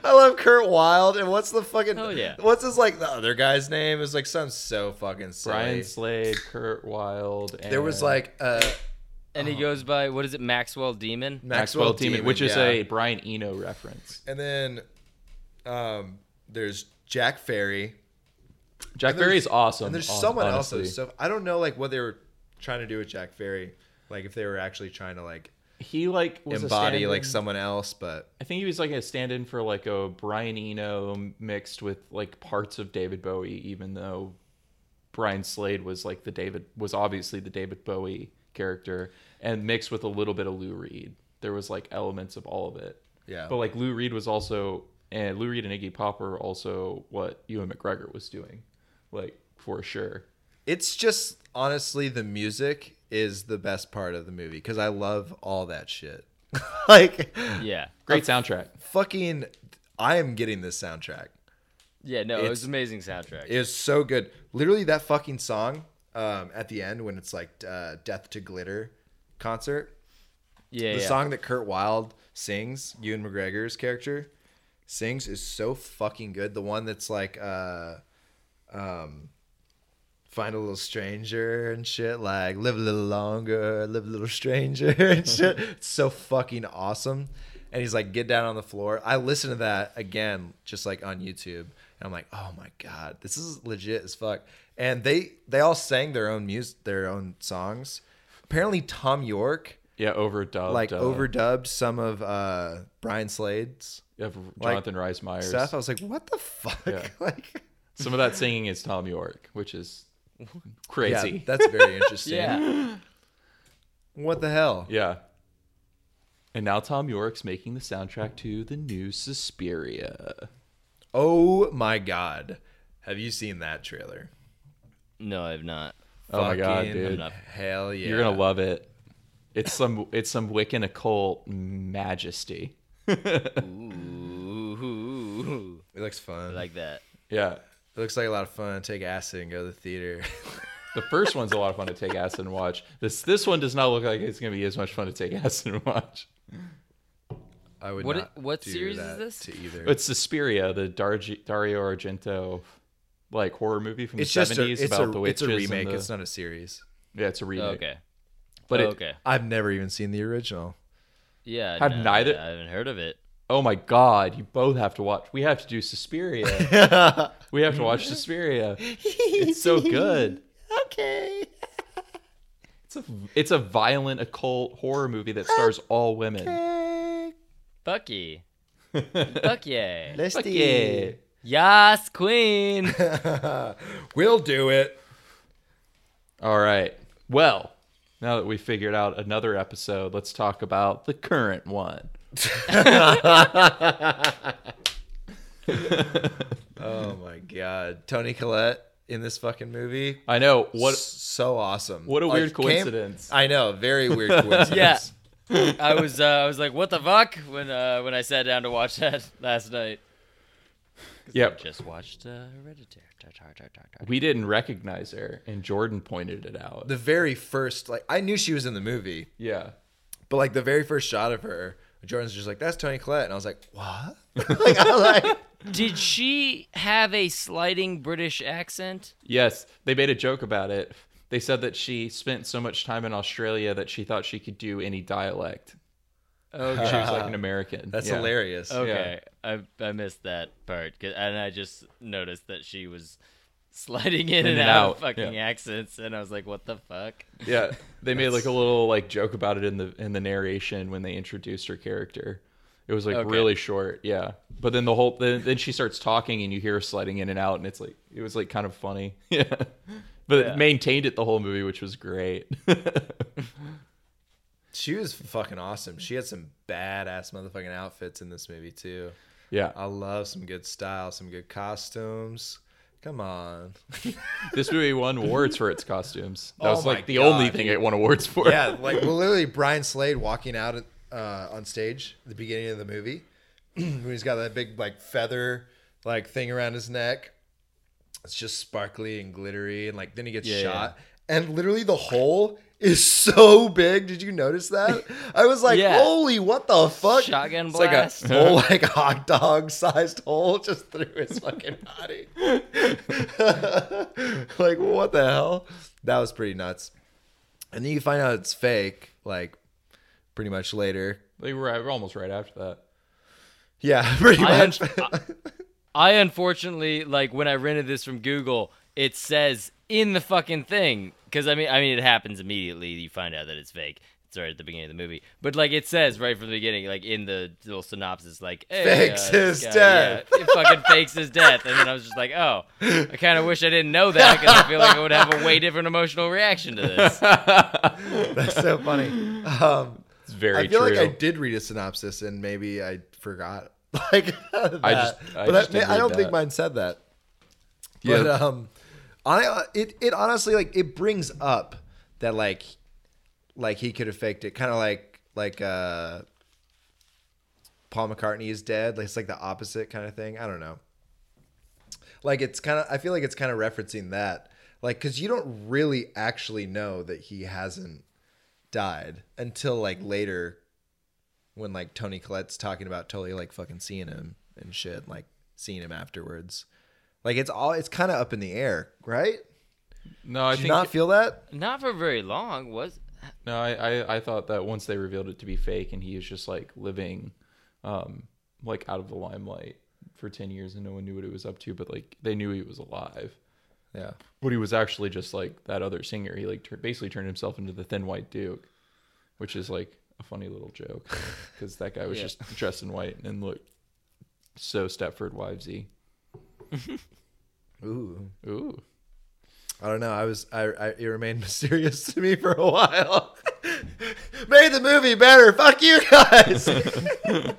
A: I love Kurt Wild. And what's the fucking?
E: Oh, yeah.
A: What's his like the other guy's name? Is like something so fucking silly.
D: Brian Slade, Kurt Wilde. And
A: there was like uh,
E: and he goes by what is it, Maxwell Demon?
D: Maxwell,
A: Maxwell
D: Demon, which is
A: yeah.
D: a Brian Eno reference.
A: and then um, there's Jack Ferry.
D: Jack
A: there's-
D: Berry is awesome.
A: And there's
D: hon-
A: someone
D: honestly.
A: else's stuff. I don't know like what they were trying to do with Jack Ferry. Like if they were actually trying to like
D: He like was
A: embody
D: a
A: like
D: stand-in-
A: someone else, but
D: I think he was like a stand-in for like a Brian Eno mixed with like parts of David Bowie, even though Brian Slade was like the David was obviously the David Bowie character, and mixed with a little bit of Lou Reed. There was like elements of all of it.
A: Yeah.
D: But like Lou Reed was also and Lou Reed and Iggy Pop were also what Ewan McGregor was doing, like for sure.
A: it's just honestly the music is the best part of the movie because I love all that shit. like
E: Yeah,
D: Great soundtrack.
A: fucking I am getting this soundtrack.
E: yeah. No, it
A: It's-
E: was amazing soundtrack.
A: It is so good. Literally that fucking song um, at the end when it's like uh, Death to Glitter concert.
E: yeah,
A: the
E: yeah.
A: song that Kurt Wilde sings, Ewan McGregor's character sings, is so fucking good. The one that's like, uh, um, find a little stranger and shit, like live a little longer, live a little stranger and shit. It's so fucking awesome. And he's like, get down on the floor. I listen to that again, just like on YouTube, and I'm like, oh my god, this is legit as fuck. And they they all sang their own music, their own songs. Apparently, Tom York
D: Yeah, overdubbed.
A: like
D: uh,
A: overdubbed some of uh Brian Slade's
D: of
A: like,
D: Jonathan Rhys Meyers.
A: stuff. I was like, what the fuck?
D: Yeah.
A: like
D: Some of that singing is Tom York, which is
A: yeah,
D: crazy.
A: that's very interesting.
E: yeah,
A: What the hell?
D: Yeah. And now Tom York's making the soundtrack to the new Suspiria.
A: Oh my god. Have you seen that trailer?
E: no, I've not.
D: Oh my god,
A: Fucking
D: dude.
E: not-
A: Hell yeah.
D: You're going to love it. It's some it's some Wiccan occult majesty.
E: Ooh,
A: It looks fun.
E: like that.
D: Yeah.
A: it looks like a lot of fun. Take acid and go to the theater.
D: The first one's a lot of fun to take acid and watch. This this one does not look like it's gonna be as much fun to take acid and watch.
A: I would
E: What-
A: not
E: what
A: do
E: series is
A: that
E: this?
A: To either.
D: It's Suspiria, the Dar- Dario Argento like horror movie from
A: it's
D: the
A: just a,
D: seventies
A: it's,
D: about
A: a,
D: the
A: it's
D: witches.
A: a
D: and
A: remake.
D: the-
A: It's not a series.
D: yeah, it's a remake.
E: Okay.
D: But it-
E: okay.
A: I've never even seen the original.
E: Yeah.
D: Have
E: no,
D: neither-
E: I haven't heard of it.
D: oh my god, you both have to watch. We have to do Suspiria. we have to watch Suspiria. It's so good.
A: Okay.
D: It's a it's a violent occult horror movie that stars all women.
E: Bucky. Fuck yeah.
A: Let's
D: Fuck yeah.
E: Yas, queen.
A: We'll do it.
D: All right. Well, now that we figured out another episode, let's talk about the current one.
A: Oh my god, Tony Collette in this fucking movie.
D: I know
A: What
D: what
A: so awesome.
D: what a
A: Like,
D: weird
A: came-
D: coincidence.
A: I know, very weird coincidence.
E: I was uh, I was like, what the fuck? When uh, when I sat down to watch that last night.
D: Yep.
E: Just watched uh, Hereditary. Tar, tar, tar, tar, tar.
D: We didn't recognize her and Jordan pointed it out.
A: The very first like I knew she was in the movie,
D: yeah.
A: but like the very first shot of her, Jordan's just like, That's Tony Collette. And I was like, What? like I was like
E: Did she have a sliding British accent?
D: Yes, they made a joke about it. They said that she spent so much time in Australia that she thought she could do any dialect. Oh, she was like an American.
A: That's
D: Yeah.
A: hilarious.
E: Okay, I I missed that part, 'cause- and I just noticed that she was sliding in, and,
D: and
E: out, of
D: out,
E: fucking
D: yeah.
E: accents, and I was like, what the fuck?
D: Yeah, they made like a little like joke about it in the in the narration when they introduced her character. It was like
E: Okay.
D: really short, yeah. But then the whole then, then she starts talking and you hear her sliding in and out, and it's like it was like kind of funny, yeah. But it maintained it the whole movie, which was great.
A: She was fucking awesome. She had some badass motherfucking outfits in this movie too.
D: yeah,
A: I love some good style, some good costumes. Come on.
D: this movie won awards for its costumes. That
A: Oh
D: was
A: my
D: like the only
A: God.
D: thing it won awards for.
A: Yeah, like well, literally Brian Slade walking out uh, on stage at the beginning of the movie when he's got that big like feather like thing around his neck. It's just sparkly and glittery, and like then he gets
D: Yeah,
A: shot, and literally the hole is so big. Did you notice that? I was like,
E: Yeah.
A: holy, what the fuck?
E: Shotgun
A: it's
E: blast.
A: like a hole, like a hot dog sized hole, just through his fucking body. like what the hell? That was pretty nuts. And then you find out it's fake, like pretty much later.
D: They were almost right after that.
A: Yeah, pretty
E: I,
A: much.
E: un- I, I unfortunately like when I rented this from Google, it says in the fucking thing because I mean I mean it happens immediately. You find out that it's fake. It's right at the beginning of the movie, but like it says right from the beginning, like in the little synopsis, like hey,
A: Fakes
E: uh, this
A: his
E: guy,
A: death.
E: yeah, it fucking fakes his death, and then I was just like, oh, I kind of wish I didn't know that because I feel like I would have a way different emotional reaction to this.
A: That's so funny. Um,
D: It's very
A: I feel like
D: true.
A: I did read a synopsis and maybe I forgot. Like that.
D: just- I
A: but
D: just
A: that-
D: did
A: I
D: read
A: don't think
D: that.
A: mine said that.
D: Yeah.
A: But um, I it it honestly like it brings up that like like he could have faked it, kind of like like uh Paul McCartney is dead. Like it's like the opposite kind of thing. I don't know. Like it's kind of I feel like it's kind of referencing that. Like cuz you don't really actually know that he hasn't died until like later when like Tony Collette's talking about totally like fucking seeing him and shit, like seeing him afterwards. Like it's all it's kind of up in the air, right?
D: no, I
A: Did you
D: think
A: not feel that?
E: Not for very long, was
D: No, I, I, I thought that once they revealed it to be fake and he was just like living um like out of the limelight for ten years and no one knew what he was up to, but like they knew he was alive.
A: Yeah.
D: But he was actually just like that other singer. He like tur- basically turned himself into the thin white duke, which is like a funny little joke because that guy was
E: Yeah.
D: just dressed in white and looked so Stepford Wivesy.
A: Ooh.
D: Ooh,
A: I don't know. I was I, I it remained mysterious to me for a while. Made the movie better. Fuck you guys.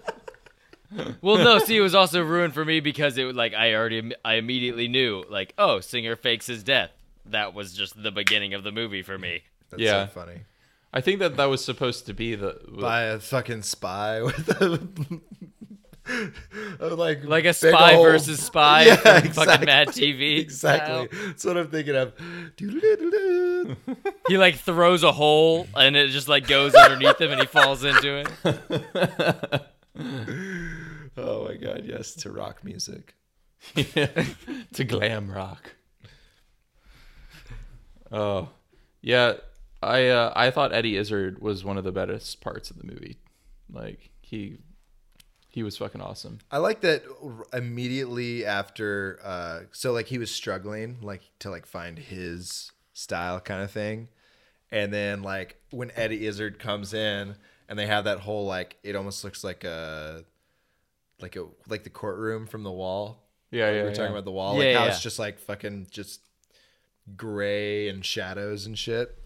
E: Well, no. See, it was also ruined for me because it was like I already, I immediately knew, like, oh, singer fakes his death. That was just the beginning of the movie for me.
A: That's
D: Yeah.
A: so funny.
D: I think that that was supposed to be the.
A: by a fucking spy with a, a, like
E: Like a
A: big
E: spy
A: old-
E: versus spy
A: Yeah,
E: from
A: exactly.
E: fucking Mad TV.
A: Exactly,
E: style.
A: that's what I'm thinking of. Doodle-doodle-doo.
E: He like throws a hole and it just like goes underneath him and he falls into it.
A: oh my god, yes, to rock music.
D: to glam rock. Oh, yeah. I uh, I thought Eddie Izzard was one of the best parts of the movie. Like he he was fucking awesome.
A: I like that r- immediately after uh so like he was struggling like to like find his style kind of thing. And then like when Eddie Izzard comes in and they have that whole like it almost looks like a like a like the courtroom from the wall.
D: Yeah, yeah.
A: we were talking about the wall.
E: Yeah,
A: like how
E: yeah.
A: it's just like fucking just gray and shadows and shit.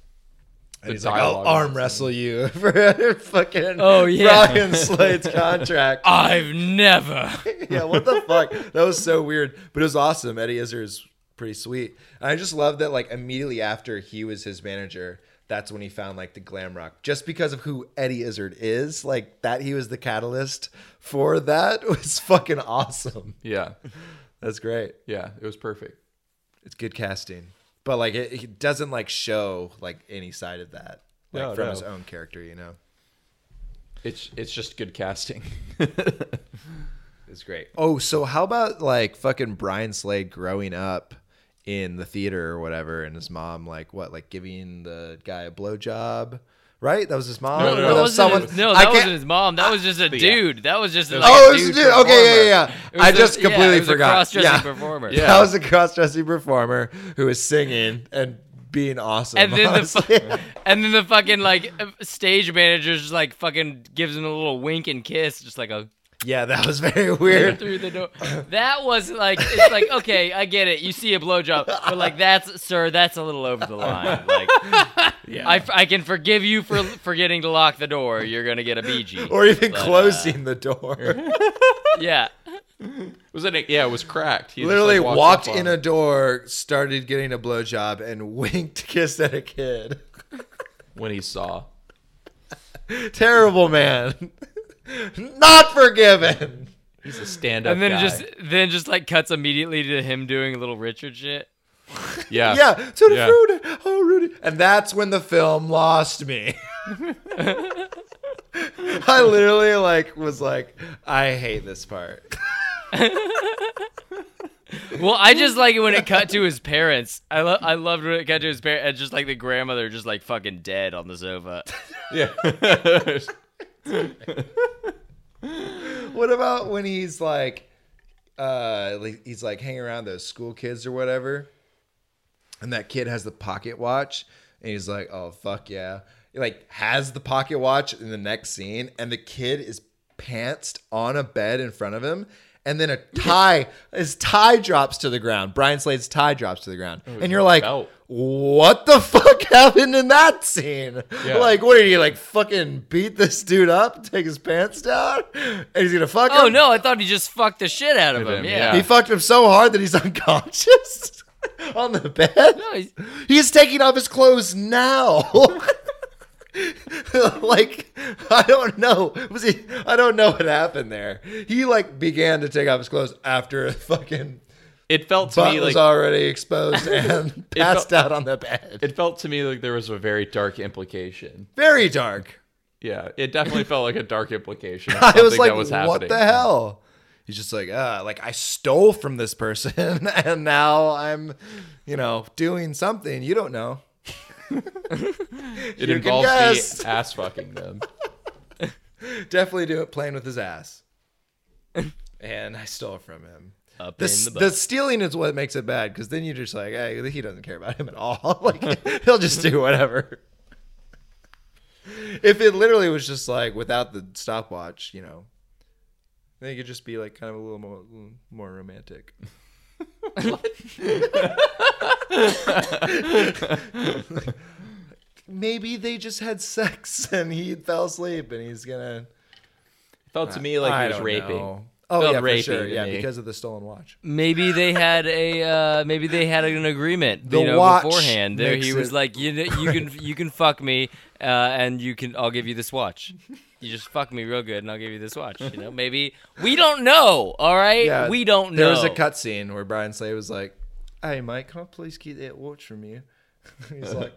A: And he's like, I'll
D: dialogue
A: arm wrestle you for fucking
E: Oh, yeah.
A: Ryan Slade's contract.
E: I've never.
A: yeah, what the fuck? That was so weird, but it was awesome. Eddie Izzard is pretty sweet. And I just love that, like, immediately after he was his manager, that's when he found, like, the glam rock. Just because of who Eddie Izzard is, like, that he was the catalyst for that was fucking awesome.
D: Yeah,
A: That's great.
D: yeah. It was perfect.
A: It's good casting. But, like, it, it doesn't, like, show, like, any side of that, like,
D: No,
A: from
D: no.
A: his own character, you know?
D: It's it's just good casting.
A: It's great. Oh, so how about like fucking Brian Slade growing up in the theater or whatever, and his mom like what, like giving the guy a blowjob, right? That was his mom.
D: No,
A: Or
D: no,
A: that
E: that
A: was
E: wasn't
A: someone.
E: his, no,
A: I
E: that
A: can't-
E: wasn't his mom. That was just a dude. That was just like,
A: Oh,
E: a
A: it was
E: dude
A: a dude. Okay, yeah, yeah.
E: performer.
A: yeah. I
E: It was
A: just
E: a- yeah,
A: completely
E: it was a
A: forgot.
E: cross-dressing
A: yeah.
E: performer.
A: yeah, that was a cross-dressing performer who was singing and being awesome.
E: And then the
A: honestly.
E: fu- and then the fucking like stage manager just like fucking gives him a little wink and kiss, just like a
A: yeah, that was very weird.
E: through the door. That was like it's like okay, I get it. You see a blowjob, but like that's sir, that's a little over the line. Like I, f- I can forgive you for forgetting to lock the door. You're gonna get a BG.
A: Or even closing the door.
E: yeah.
D: was it? Yeah, it was cracked. He just,
A: Literally
D: like,
A: walked,
D: up on
A: in
D: it.
A: a door, started getting a blowjob, and winked, kissed at a kid.
D: when he saw.
A: Terrible man. Not forgiven.
D: He's a stand up.
E: And then just then just like cuts immediately to him doing a little Richard shit.
D: yeah
A: Yeah, to the
D: Yeah.
A: Rudy. Oh, Rudy. And that's when the film lost me. I literally like was like, I hate this part.
E: Well, I just like it when it cut to his parents. I lo- I loved when it cut to his parents, and just like the grandmother just like fucking dead on the sofa.
D: yeah.
A: What about when he's like, uh, like, he's like hanging around those school kids or whatever, and that kid has the pocket watch, and he's like, oh fuck yeah, he like has the pocket watch in the next scene, and the kid is pantsed on a bed in front of him. And then a tie, his tie drops to the ground. Brian Slade's tie drops to the ground, and you're like,
D: belt.
A: "What the fuck happened in that scene?
D: Yeah.
A: Like, what are you like fucking beat this dude up, take his pants down, and he's gonna fuck him?
E: Oh no, I thought he just fucked the shit out of
D: Hit
E: him.
D: him,
E: Yeah.
A: He
D: yeah.
A: fucked him so hard that he's unconscious on the bed.
E: No, he's-
A: He's taking off his clothes now. like I don't know. Was he I don't know what happened there. He like began to take off his clothes after a fucking
D: It felt to
A: butt
D: me
A: was
D: like
A: already exposed and passed
D: felt-
A: out on the bed.
D: it felt to me like there was a very dark implication.
A: Very dark.
D: Yeah, it definitely felt like a dark implication. Of
A: I was
D: something
A: like,
D: that was
A: what
D: happening.
A: the hell? He's just like, ah, like I stole from this person and now I'm, you know, doing something you don't know.
D: It
A: You can
D: involves
A: guess.
D: the ass fucking them.
A: Definitely do it playing with his ass. and I stole from him.
E: Up
A: The,
E: in
A: s-
E: the
A: the,
E: butt.
A: stealing is what makes it bad because then you're just like, hey, he doesn't care about him at all. like he'll just do whatever. If it literally was just like without the stopwatch, you know, then it could just be like kind of a little more, more romantic. Maybe they just had sex and he fell asleep and he's gonna
D: It felt to me like
A: I
D: he was
A: don't
D: raping.
A: know. Oh
D: Felt
A: yeah, for
D: rapey
A: sure.
D: to
A: Yeah,
D: me.
A: because of the stolen watch.
E: Maybe they had a uh, maybe they had an agreement
A: The
E: you know
A: watch
E: beforehand. There
A: makes
E: he was
A: it
E: like you know, you can you can fuck me uh, and you can. I'll give you this watch. You just fuck me real good, and I'll give you this watch. You know, maybe we don't know. All right,
A: Yeah,
E: we don't know.
A: There was a cutscene where Brian Slade was like, "Hey mate, can I please get that watch from you?" He's like,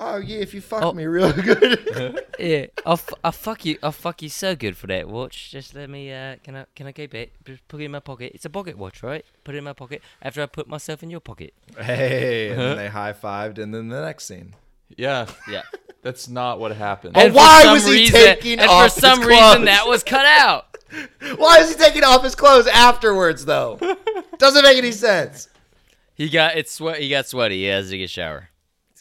A: "Oh yeah, if you fuck me real good."
E: Yeah, I'll, f- I'll fuck you. I'll fuck you so good for that watch. Just let me. Uh, can I? Can I keep it? Just put it in my pocket. It's a pocket watch, right? Put it in my pocket after I put myself in your pocket.
A: hey, and then they high fived, and then the next scene.
D: Yeah,
E: Yeah.
D: that's not what happened.
A: Oh,
E: And for
A: why
E: some
A: was he
E: reason,
A: taking
E: And
A: off
E: for
A: his
E: some
A: clothes?
E: reason, that was cut out.
A: Why is he taking off his clothes afterwards though? Doesn't make any sense.
E: He got it's sweat. He got sweaty. He has to take a shower.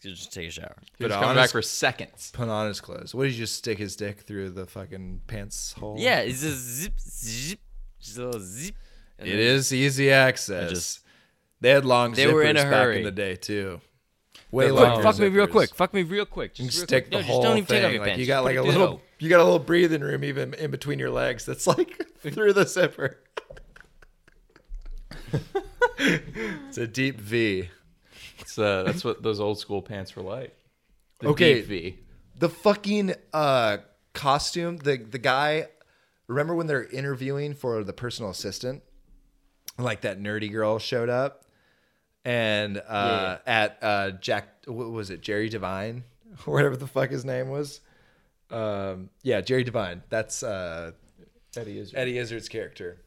E: He's just take a shower.
D: He was
A: But
D: coming
A: honest-
D: back for seconds.
A: Put on his clothes. What did you just stick his dick through the fucking pants hole?
E: Yeah, it's just zip, zip, just a little zip. And
A: It
E: then-
A: is easy access.
E: just-
A: they had long
E: They
A: zippers
E: were in a
A: back
E: hurry.
A: in the day too. Way
E: Quick,
A: longer
E: fuck me real
A: zippers.
E: quick. Fuck me real quick. Just
A: You can
E: real
A: stick
E: quick.
A: the
E: no,
A: whole
E: just don't even
A: thing.
E: Take off your
A: like
E: pants.
A: you
E: Just
A: got
E: put
A: like
E: it
A: a
E: in the
A: little,
E: hole.
A: you got a little breathing room even in between your legs. That's like through the zipper. it's a deep V.
D: It's, uh, that's what those old school pants were like. The
A: Okay.
D: deep V.
A: The fucking uh, costume. The the guy. Remember when they're interviewing for the personal assistant? Like that nerdy girl showed up, and uh, at uh, Jack, what was it? Jerry Devine, or whatever the fuck his name was. Um, yeah, Jerry Devine. That's uh,
D: Eddie is.
A: Eddie Izzard's character.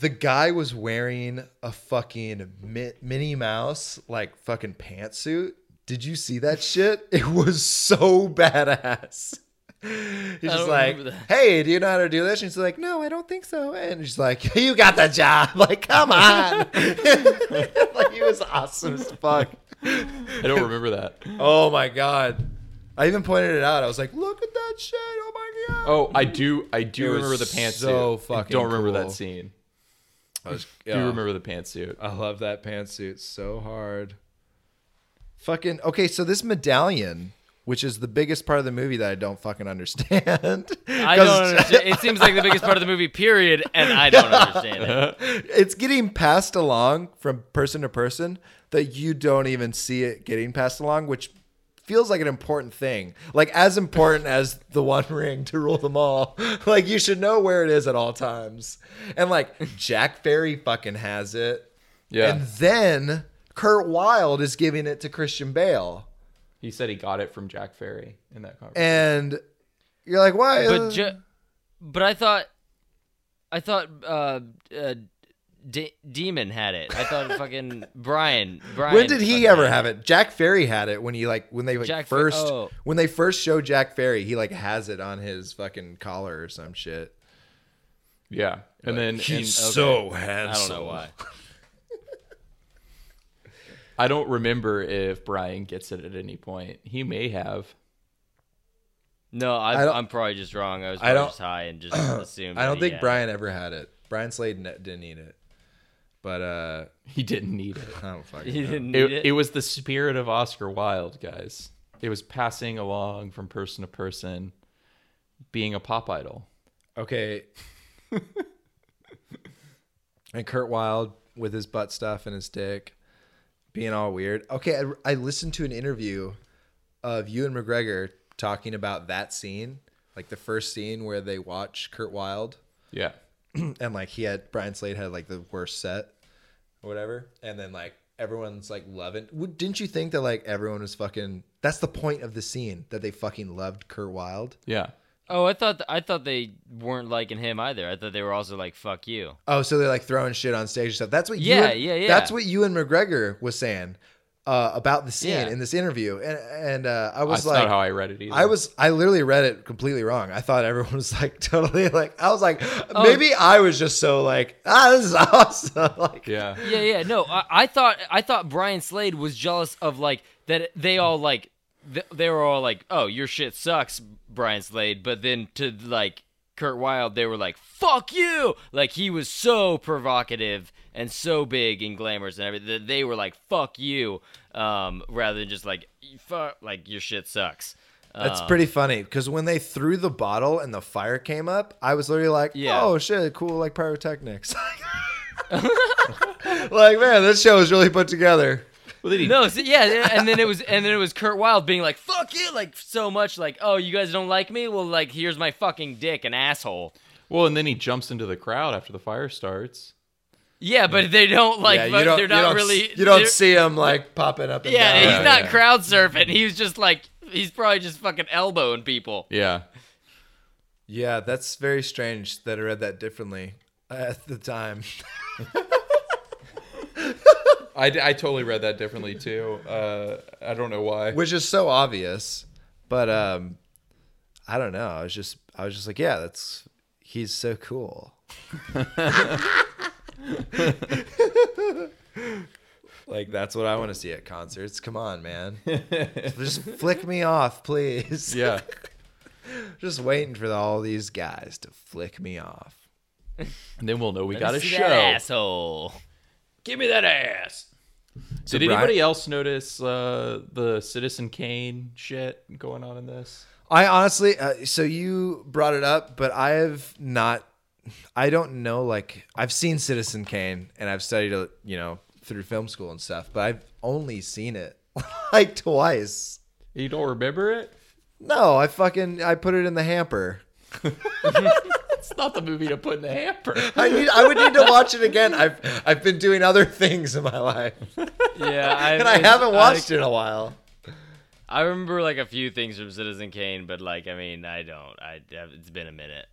A: The guy was wearing a fucking Mi- Minnie Mouse like fucking pantsuit. Did you see that shit? It was so badass. He's just
E: don't
A: like,
E: remember that.
A: "Hey, do you know how to do this?" And she's like, "No, I don't think so." And she's like, "You got the job! Like, come on!" like, he was awesome as fuck.
D: I don't remember that.
A: Oh my god! I even pointed it out. I was like, "Look at that shit! Oh my god!"
D: Oh, I do. I do
A: It was
D: remember the pantsuit.
A: so
D: I
A: fucking
D: Don't remember
A: cool.
D: that scene.
A: I was-
D: Do you
A: yeah.
D: remember the pantsuit?
A: I love that pantsuit so hard. Fucking okay, so this medallion, which is the biggest part of the movie that I don't fucking understand.
E: I don't understand. It seems like the biggest part of the movie, period, and I don't understand it.
A: It's getting passed along from person to person that you don't even see it getting passed along, which feels like an important thing. Like as important as the one ring to rule them all. Like you should know where it is at all times. And like Jack Ferry fucking has it.
D: Yeah.
A: And then Kurt Wilde is giving it to Christian Bale.
D: he said he got it from Jack Ferry in that conversation.
A: And you're like, why? uh,
E: But ju- but I thought, I thought uh, uh, D- Demon had it. I thought fucking Brian. Brian.
A: when did he
E: fucking
A: ever
E: had
A: have it? Jack Ferry had it when he like when they like
E: Jack Fer-
A: first
E: oh.
A: when they first show Jack Ferry, he like has it on his fucking collar or some shit.
D: yeah. And uh, then and-
A: so
E: I
A: handsome.
E: don't know why.
D: I don't remember if Brian gets it at any point. He may have.
E: No, I,
A: I don't-
E: I'm probably just wrong. I was
A: I
E: probably
A: don't-
E: just high and just assumed.
A: I
E: that
A: don't
E: he
A: think
E: had it.
A: Brian ever had it. Brian Slade ne- didn't eat it. But uh
D: He didn't need it.
A: I don't fucking
E: He
A: know.
E: didn't need
D: It,
E: it.
D: it was the spirit of Oscar Wilde, guys. It was passing along from person to person, being a pop idol.
A: Okay. and Kurt Wilde with his butt stuff and his dick being all weird. Okay, I, I listened to an interview of you and McGregor talking about that scene, like the first scene where they watch Kurt Wilde
D: Yeah.
A: and like he had Brian Slade had like the worst set or whatever, and then like everyone's like loving. w- Didn't you think that like everyone was fucking? That's the point of the scene that they fucking loved Kurt Wilde.
D: Yeah.
E: Oh, I thought th- I thought they weren't liking him either. I thought they were also like "fuck you."
A: Oh, so they're like throwing shit on stage and stuff. That's what you
E: Yeah,
A: and-
E: yeah, yeah.
A: That's what you and McGregor was saying uh, about the scene
E: Yeah.
A: in this interview, and and uh, I was
D: That's
A: like,
D: not how I read it either.
A: I was I literally read it completely wrong. I thought everyone was like totally like I was like
E: Oh.
A: maybe I was just so like ah this is awesome like
D: Yeah.
E: Yeah, yeah. No, I, I thought I thought Brian Slade was jealous of like that they all like th- they were all like, "Oh, your shit sucks, Brian Slade." But then to like Kurt Wilde, they were like, "Fuck you!" Like he was so provocative and so big and glamorous and everything. that They were like, "Fuck you," um, rather than just like, "Fuck," like your shit sucks.
A: That's
E: Oh.
A: pretty funny because when they threw the bottle and the fire came up, I was literally like,
E: Yeah.
A: "Oh shit, cool!" Like pyrotechnics. like man, this show is really put together.
D: Well, then he
E: No, so, yeah, and then it was and then it was Kurt Wild being like, "Fuck you!" Like so much, like, "Oh, you guys don't like me? Well, like, here's my fucking dick, an asshole."
D: Well, and then he jumps into the crowd after the fire starts.
E: Yeah, but they don't like.
A: yeah, you
E: but
A: don't,
E: they're
A: you
E: not
A: don't s-
E: really.
A: You don't
E: they're-
A: see him like popping up. And
E: Yeah,
A: down.
E: he's not
D: yeah.
E: crowd surfing. He's just like he's probably just fucking elbowing people.
D: Yeah.
A: Yeah, that's very strange that I read that differently at the time.
D: I, d- I totally read that differently too. Uh, I don't know why.
A: which is so obvious but um i don't know i was just i was just like yeah that's he's so cool like that's what i want to see at concerts come on man just flick me off please
D: Yeah.
A: just waiting for all these guys to flick me off
D: And then we'll know we got a
E: See
D: show.
E: that asshole.
D: Give me that ass.
A: So
D: Did
A: Brian-
D: anybody else notice uh, the Citizen Kane shit going on in this?
A: I honestly, uh, so you brought it up, but I have not. I don't know. Like I've seen Citizen Kane, and I've studied it, you know, through film school and stuff, but I've only seen it like twice.
D: You don't remember it?
A: No, I fucking I put it in the hamper.
D: It's not the movie to put in the hamper.
A: I need. I would need to watch it again. I've I've been doing other things in my life,
E: Yeah, I,
A: and I haven't watched it in a while.
E: I remember like a few things from Citizen Kane, but like I mean, I don't. I it's been a minute.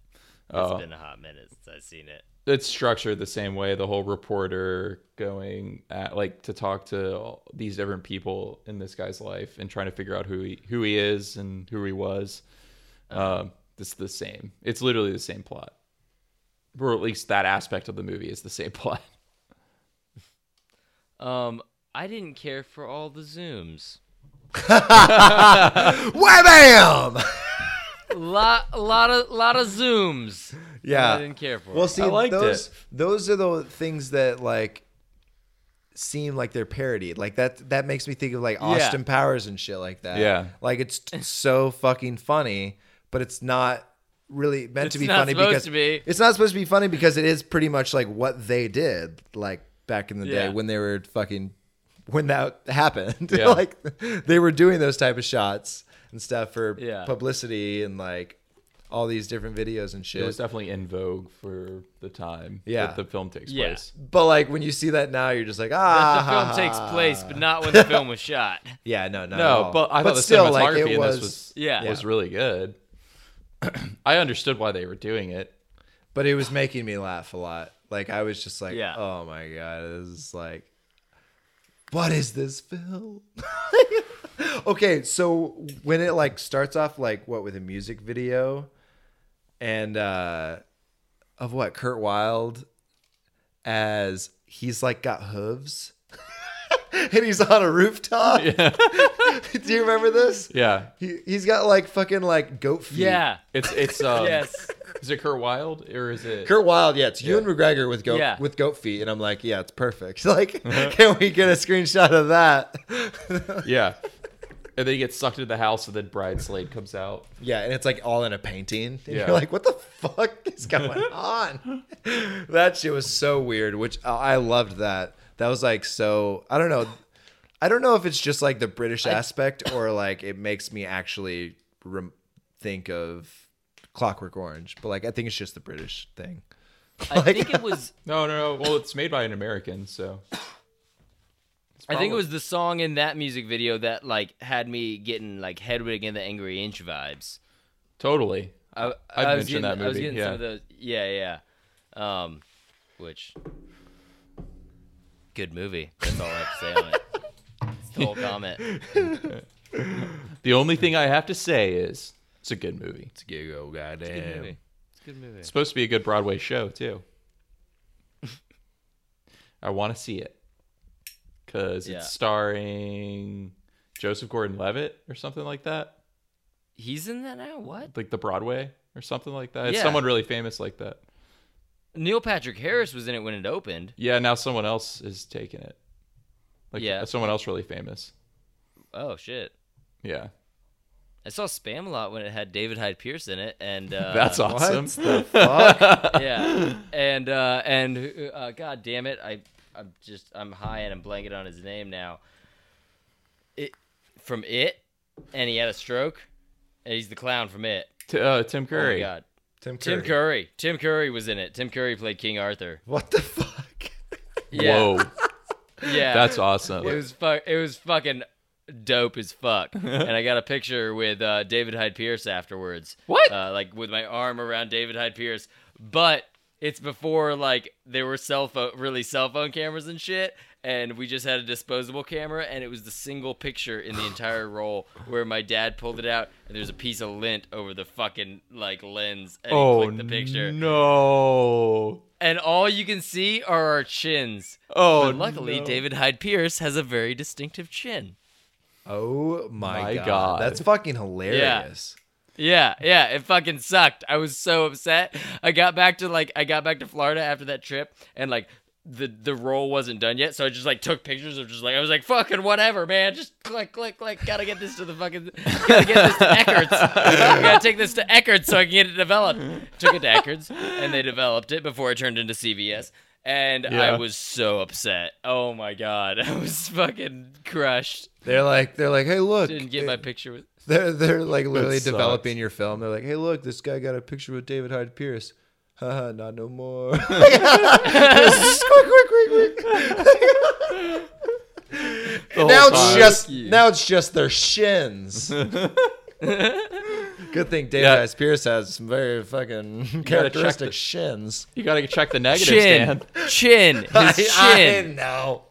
E: It's
D: Oh.
E: been a hot minute since I've seen it.
D: it's structured the same way the whole reporter going at like to talk to all these different people in this guy's life and trying to figure out who he who he is and who he was um it's the same it's literally the same plot or at least that aspect of the movie is the same plot
E: Um, I didn't care for all the zooms.
A: Wham!
E: lot, lot of, lot of zooms.
A: Yeah,
E: I didn't care for.
A: Well,
E: it.
A: see,
D: I liked
A: those
D: it.
A: those are the things that like seem like they're parodied. Like that that makes me think of like Austin Powers and shit like that.
D: Yeah.
A: like it's t- so fucking funny, but it's not really meant to
E: It's
A: be
E: not
A: funny
E: supposed
A: because
E: to be.
A: it's not supposed to be funny because it is pretty much like what they did like back in the
E: Yeah.
A: day when they were fucking when that happened.
D: Yeah.
A: like they were doing those type of shots and stuff for
E: Yeah.
A: publicity and like all these different videos and shit.
D: it was definitely in vogue for the time
A: Yeah.
D: that the film takes
E: Yeah.
D: place
A: But like when you see that now, you're just like, ah.
E: the film
A: ha,
E: takes
A: ha."
E: place, but not when the film was shot.
A: Yeah, no, not at
D: no
A: all.
D: but i thought the cinematography in this was
E: Yeah.
D: was really good i understood why they were doing it
A: but it was making me laugh a lot. Like I was just like,
E: Yeah.
A: oh my god, this is like, what is this film? okay, so when it like starts off like what with a music video, and uh of what Kurt Wild as he's like got hooves. And he's on a rooftop. Do you remember this?
D: yeah
A: He he's got like fucking like goat feet.
E: Yeah.
D: It's it's um,
E: Yes.
D: Is it Kurt Wild or is it
A: Kurt Wild, yeah, it's you and McGregor with goat
E: Yeah.
A: with goat feet, and I'm like, yeah, it's perfect. Like, can we get a screenshot of that?
D: Yeah. And then he gets sucked into the house, and then Bride Slade comes out.
A: yeah, and it's like all in a painting. And
D: Yeah.
A: You're like, what the fuck is going on? that shit was so weird. Which uh, I I loved that. That was like so. I don't know. I don't know if it's just like the British aspect or like it makes me actually rem- think of Clockwork Orange, but like I think it's just the British thing.
E: I think it was.
D: No, no, no. Well, it's made by an American, so
E: I think it was the song in that music video that like had me getting like Hedwig and the Angry Inch vibes.
D: totally.
E: I,
D: I've
E: I was
D: mentioned
E: getting,
D: that
E: I was
D: movie,
E: getting
D: yeah.
E: some of those. Yeah, yeah. Um, which good movie. That's all I have to say on it. It's the whole comment. It's
D: The only thing I have to say is it's a good movie. It's
A: Giggle,
E: a good
A: goddamn.
E: movie. It's a good movie.
D: supposed to be a good Broadway show too. I want to see it because
E: Yeah.
D: it's starring Joseph Gordon-Levitt or something like that,
E: He's in that now. What?
D: like the Broadway or something like that. It's
E: Yeah.
D: someone really famous like that.
E: Neil Patrick Harris was in it when it opened.
D: Yeah, now someone else is taking it. Like
E: Yeah.
D: someone else really famous.
E: Oh shit.
D: Yeah.
E: I saw Spam a lot when it had David Hyde Pierce in it, and uh,
D: That's awesome.
A: What the fuck?
E: yeah, and uh, and uh, God damn it, I I'm just I'm high and I'm blanking on his name now. from It, and he had a stroke, and he's the clown from It.
D: T- uh,
E: Oh
D: Tim
E: my
D: Curry.
E: God.
A: Tim Curry.
E: Tim Curry. Tim Curry was in it. Tim Curry played King Arthur.
A: What the fuck?
E: Yeah,
D: Whoa,
E: yeah.
D: that's
E: It
D: awesome.
E: was fu- It was fucking dope as fuck. and I got a picture with uh, David Hyde Pierce afterwards.
D: What?
E: Uh, like with my arm around David Hyde Pierce, but it's before like there were cell phone, really cell phone cameras and shit. And we just had a disposable camera, and it was the single picture in the entire roll where my dad pulled it out, and there's a piece of lint over the fucking like lens, and he
D: Oh
E: clicked the picture,
D: no!
E: and all you can see are our chins.
D: Oh,
E: but luckily,
D: no.
E: David Hyde Pierce has a very distinctive chin.
A: Oh my,
D: My
A: god.
D: God.
A: That's fucking hilarious.
E: Yeah, yeah, it fucking sucked. I was so upset. I got back to like I got back to Florida after that trip and like the the roll wasn't done yet, so I just like took pictures of just like I was like fucking whatever, man. Just click, click, click. Gotta get this to the fucking gotta get this to Eckerd's. gotta take this to Eckerd's so I can get it developed. Took it to Eckerd's and they developed it before it turned into CVS. And
D: Yeah.
E: I was so upset. Oh my god, I was fucking crushed.
A: They're like they're like, hey look,
E: Didn't get my picture with.
A: they're they're like literally
D: sucks.
A: developing your film. They're like, hey look, this guy got a picture with David Hyde Pierce. Haha, not no more. Just quick, quick, quick, quick.
D: The
A: now
D: whole
A: it's
D: time.
A: just now it's just their shins. Good thing David
D: Yeah.
A: Hyde Pierce has some very fucking characteristic
D: the-
A: shins.
D: you gotta check the negative,
E: Chin,
D: Dan.
E: chin, his chin.
A: I, I know.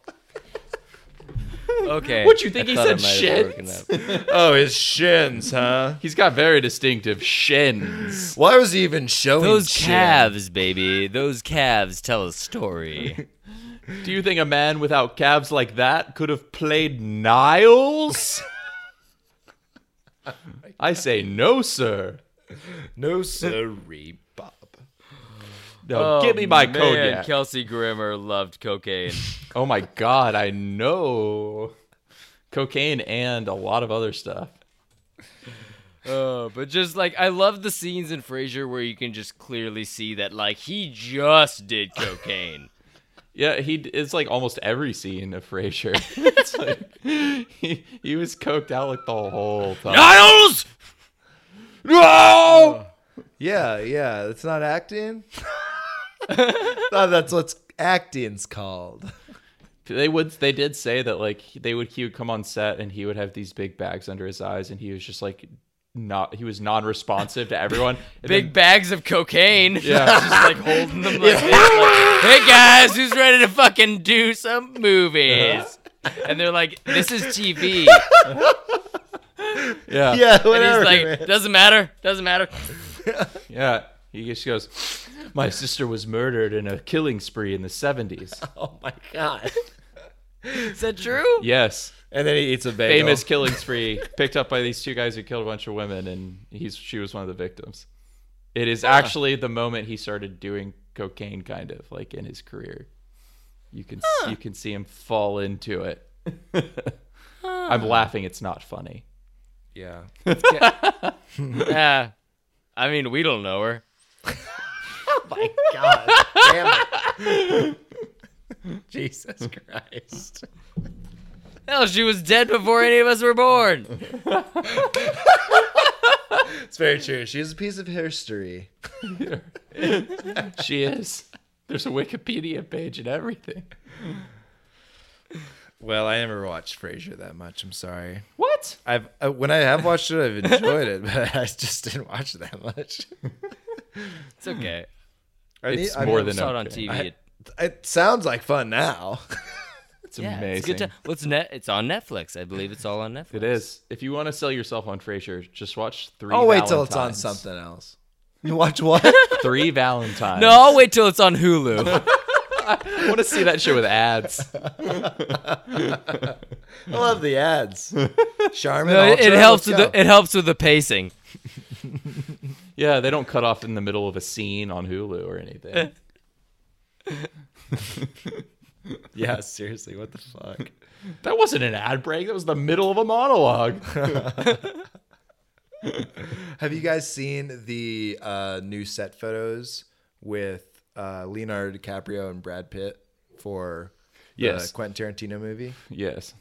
E: Okay.
D: What you think he
E: thought
D: said?
E: I might have broken
D: Shins.
A: Oh, his shins, huh?
D: He's got very distinctive shins.
A: Why was he even showing
E: Those
A: shin?
E: calves, baby. Those calves tell a story.
D: Do you think a man without calves like that could have played Niles? I say no, sir.
A: No, sorry, Bob.
D: No, give me my
E: Oh,
D: cognac.
E: Kelsey Grimmer loved cocaine.
D: oh my god, I know. Cocaine and a lot of other stuff.
E: Uh, but just like I love the scenes in Frasier where you can just clearly see that like he just did cocaine.
D: Yeah, he it's like almost every scene of Frasier. it's like he, he was coked out like the whole time.
E: Niles!
D: No!
A: Yeah, yeah. It's not acting. no, that's what's acting's called.
D: They would they did say that like he- they would he would come on set and he would have these big bags under his eyes and he was just like not he was non-responsive to everyone. And
E: Big bags of cocaine.
D: Yeah.
E: just like holding them like this. Like, hey guys, who's ready to fucking do some movies? And they're like, this is TV.
D: then- yeah.
A: Yeah,
E: And
A: whatever.
E: he's like,
A: man.
E: doesn't matter, doesn't matter.
D: Yeah. He just goes, My sister was murdered in a killing spree in the 70s.
A: oh my god.
E: Is that true?
D: Yes.
A: And then he eats a bagel.
D: Famous killing spree picked up by these two guys who killed a bunch of women and he's she was one of the victims. It is actually the moment he started doing cocaine kind of like in his career. You can you can see him fall into it. I'm laughing, it's not funny.
A: Yeah.
E: Yeah. Uh, I mean, we don't know her.
A: Oh God damn it. Jesus Christ.
E: Hell, she was dead before any of us were born.
A: It's very true. She is a piece of history.
D: She is. There's a Wikipedia page and everything.
A: Well, I never watched Frasier that much. I'm sorry.
D: What?
A: I've uh, when I have watched it, I've enjoyed it, but I just didn't watch it that much.
E: It's okay.
A: I
D: It's
A: mean- I
D: more
A: mean,
D: than
E: Saw it on
D: okay.
E: TV.
A: I-
E: it,
A: It sounds like fun now.
D: It's
E: yeah,
D: amazing.
E: It's, a good time. Well, it's net. It's on Netflix. I believe it's all on Netflix.
D: It is. If you want to sell yourself on Frasier, just watch three.
A: I'll Oh, wait till it's on
D: Valentines.
A: something else. You watch what?
D: Three Valentines.
E: No, I'll wait till it's on Hulu.
D: I want to see that shit with ads.
A: I love the ads. Charmin.
E: it,
A: Ultra,
E: helps with
A: let's
E: the
A: go.
E: it helps with the pacing.
D: Yeah, they don't cut off in the middle of a scene on Hulu or anything.
A: yeah, seriously, what the fuck?
D: that wasn't an ad break. That was the middle of a monologue.
A: Uh, Have you guys seen the uh, new set photos with uh, Leonardo DiCaprio and Brad Pitt for the
D: Yes.
A: Quentin Tarantino movie?
D: yes.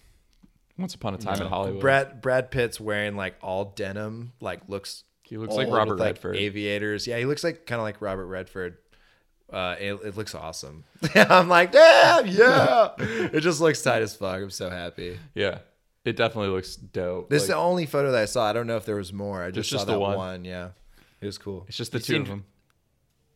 D: Once upon a time in Hollywood.
A: Brad Brad Pitt's wearing like all denim, like looks.
D: He looks like
A: old
D: Robert
A: with,
D: Redford.
A: Aviators, yeah, he looks like kind of like Robert Redford. Uh, it, it looks awesome. I'm like, damn, yeah. it just looks tight as fuck. I'm so happy.
D: yeah, it definitely looks dope.
A: This is
D: Like,
A: the only photo that I saw. I don't know if there was more. I just saw
D: just the
A: that
D: one.
A: one. Yeah, it was cool.
D: it's just the
E: You've
D: two
E: seen-
D: of them.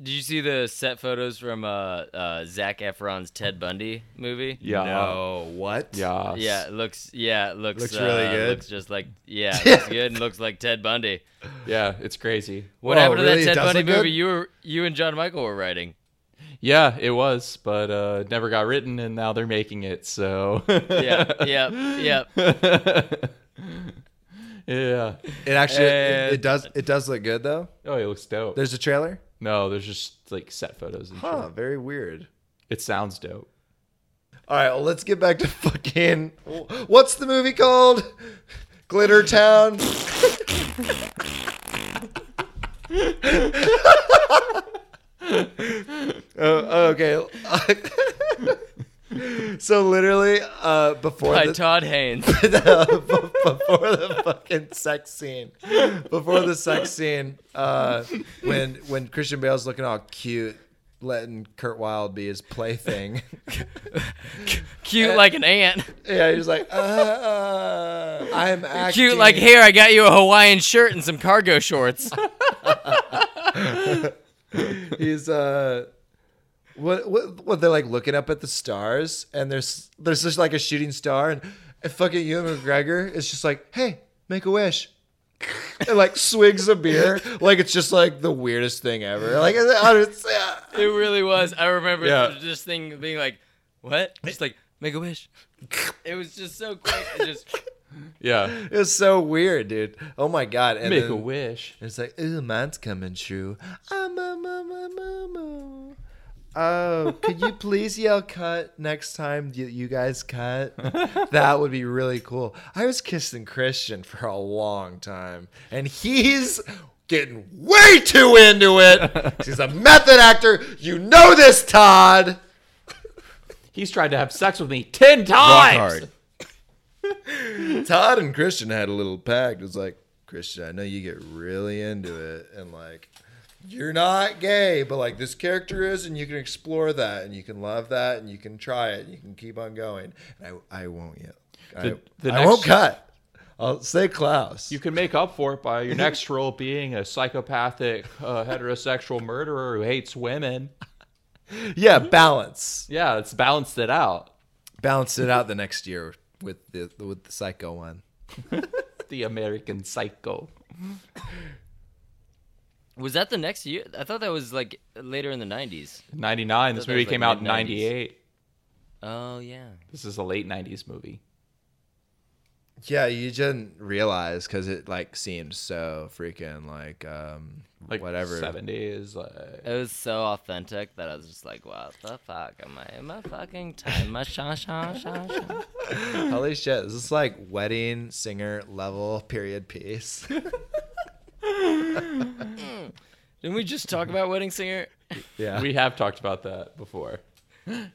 E: Did you see the set photos from uh, uh, Zach Efron's Ted Bundy movie?
D: Yeah.
A: No, what?
D: Yeah.
E: Yeah, it looks. Yeah, it looks.
A: Looks
E: uh,
A: really good.
E: Looks just like. Yeah, it looks good and looks like Ted Bundy.
D: Yeah, it's crazy.
E: What
A: Whoa,
E: happened to
A: really? It
E: that Ted
A: does
E: Bundy
A: look good?
E: movie you were you and John Michael were writing?
D: Yeah, it was, but uh it never got written and now they're making it. So
E: Yeah, yeah, yeah.
D: Yeah.
A: It actually it,
D: And-
A: it does it does look good though.
D: Oh, it looks dope.
A: There's a trailer.
D: no, there's just like set photos and
A: Huh,
D: shit.
A: very weird.
D: It sounds dope.
A: All right, well, let's get back to fucking. What's the movie called? Glitter Town. oh, okay. so literally, uh, before
E: By
A: the,
E: Todd Haynes.
A: before the fucking sex scene, before the sex scene, uh, when when Christian Bale's looking all cute, letting Kurt Wilde be his plaything.
E: Cute like an ant.
A: Yeah, he's like, uh, uh, I'm acting.
E: Cute like here. I got you a Hawaiian shirt and some cargo shorts.
A: He's uh, what what what? They're like looking up at the stars, and there's there's just like a shooting star, and, and fucking Ewan McGregor is just like, hey, make a wish. and like swigs a beer, like it's just like the weirdest thing ever. Like I it's, uh,
E: It really was. I remember
D: Yeah.
E: this thing being like, "What?" Just like make a wish. It was just so quick. It just
D: Yeah.
A: it's so weird, dude. Oh my god! And
D: Make
A: then
D: a wish.
A: It's like, ooh, mine's coming true. Um, um, um, um, um, um. Oh, could you please yell cut next time you, you guys cut? That would be really cool. I was kissing Christian for a long time, and he's getting way too into it. He's a method actor. You know this, Todd.
D: He's tried to have sex with me ten times.
A: Todd and Christian had a little pact. It was like, Christian, I know you get really into it, and like, you're not gay, but like this character is, and you can explore that, and you can love that, and you can try it, and you can keep on going. And I, I won't yet.
D: The-
A: I,
D: the
A: I
D: next-
A: won't cut. I'll say Klaus.
D: You can make up for it by your next role being a psychopathic uh, heterosexual murderer who hates women.
A: yeah, balance.
D: Yeah, it's balanced it out.
A: Balance it out the next year with the with the psycho one.
D: The American Psycho.
E: was that the next year? I thought that was like later in the '90s.
D: Ninety nine. This
E: that
D: movie
E: was, like,
D: came out in
E: mid-nineties.
D: ninety eight.
E: Oh yeah.
D: This is a late nineties movie.
A: Yeah, you didn't realize because it like seemed so freaking like um
D: Like uh,
A: whatever
D: seventies. Like
E: It was so authentic that I was just like, "What the fuck am I? Am I fucking time? My sha sha sha sha."
A: Holy shit, this is like wedding singer level period piece.
E: Didn't we just talk about Wedding Singer?
A: Yeah.
D: we have talked about that before.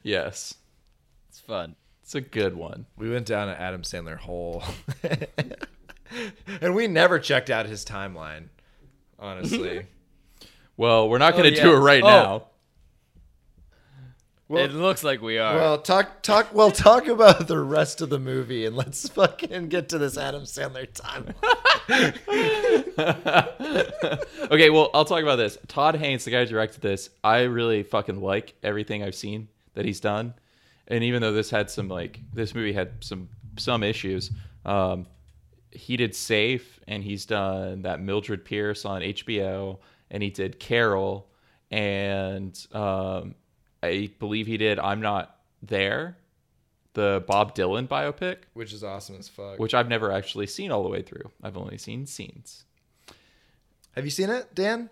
D: Yes,
E: It's fun.
D: it's a good one.
A: We went down an Adam Sandler hole. and we never checked out his timeline, honestly.
D: Well, we're not going to
E: yeah.
D: do it right
E: Oh.
D: now.
E: it looks like we are.
A: well, talk talk well talk about the rest of the movie and let's fucking get to this Adam Sandler timeline.
D: Okay, well, I'll talk about this. Todd Haynes, the guy who directed this, I really fucking like everything I've seen that he's done. And even though this had some like this movie had some some issues, um, he did Safe and he's done that Mildred Pierce on HBO and he did Carol and um, I believe he did I'm Not There, the Bob Dylan biopic
A: Which is awesome as fuck.
D: which I've never actually seen all the way through. I've only seen scenes.
A: Have you seen it, Dan?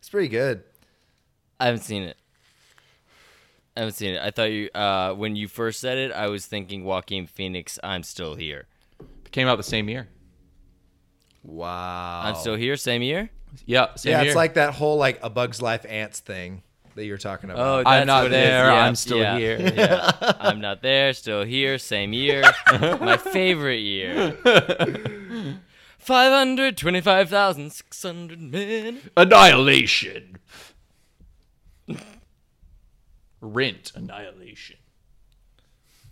A: It's pretty good.
E: I haven't seen it. I haven't seen it. I thought you uh, when you first said it, I was thinking Joaquin Phoenix. I'm still here.
D: It came out the same year.
A: Wow.
E: I'm still here. Same year.
D: Yeah, same
A: yeah,
D: year.
A: it's like that whole like a bug's life ants thing.
F: that you were talking
E: Oh,
F: about.
E: that's
D: I'm not
E: what it is.
D: there.
E: Yeah,
D: I'm still
E: yeah,
D: here.
E: Yeah. I'm not there. Still here. Same year. My favorite year. Five hundred twenty-five thousand six hundred men.
D: Annihilation. Rent annihilation.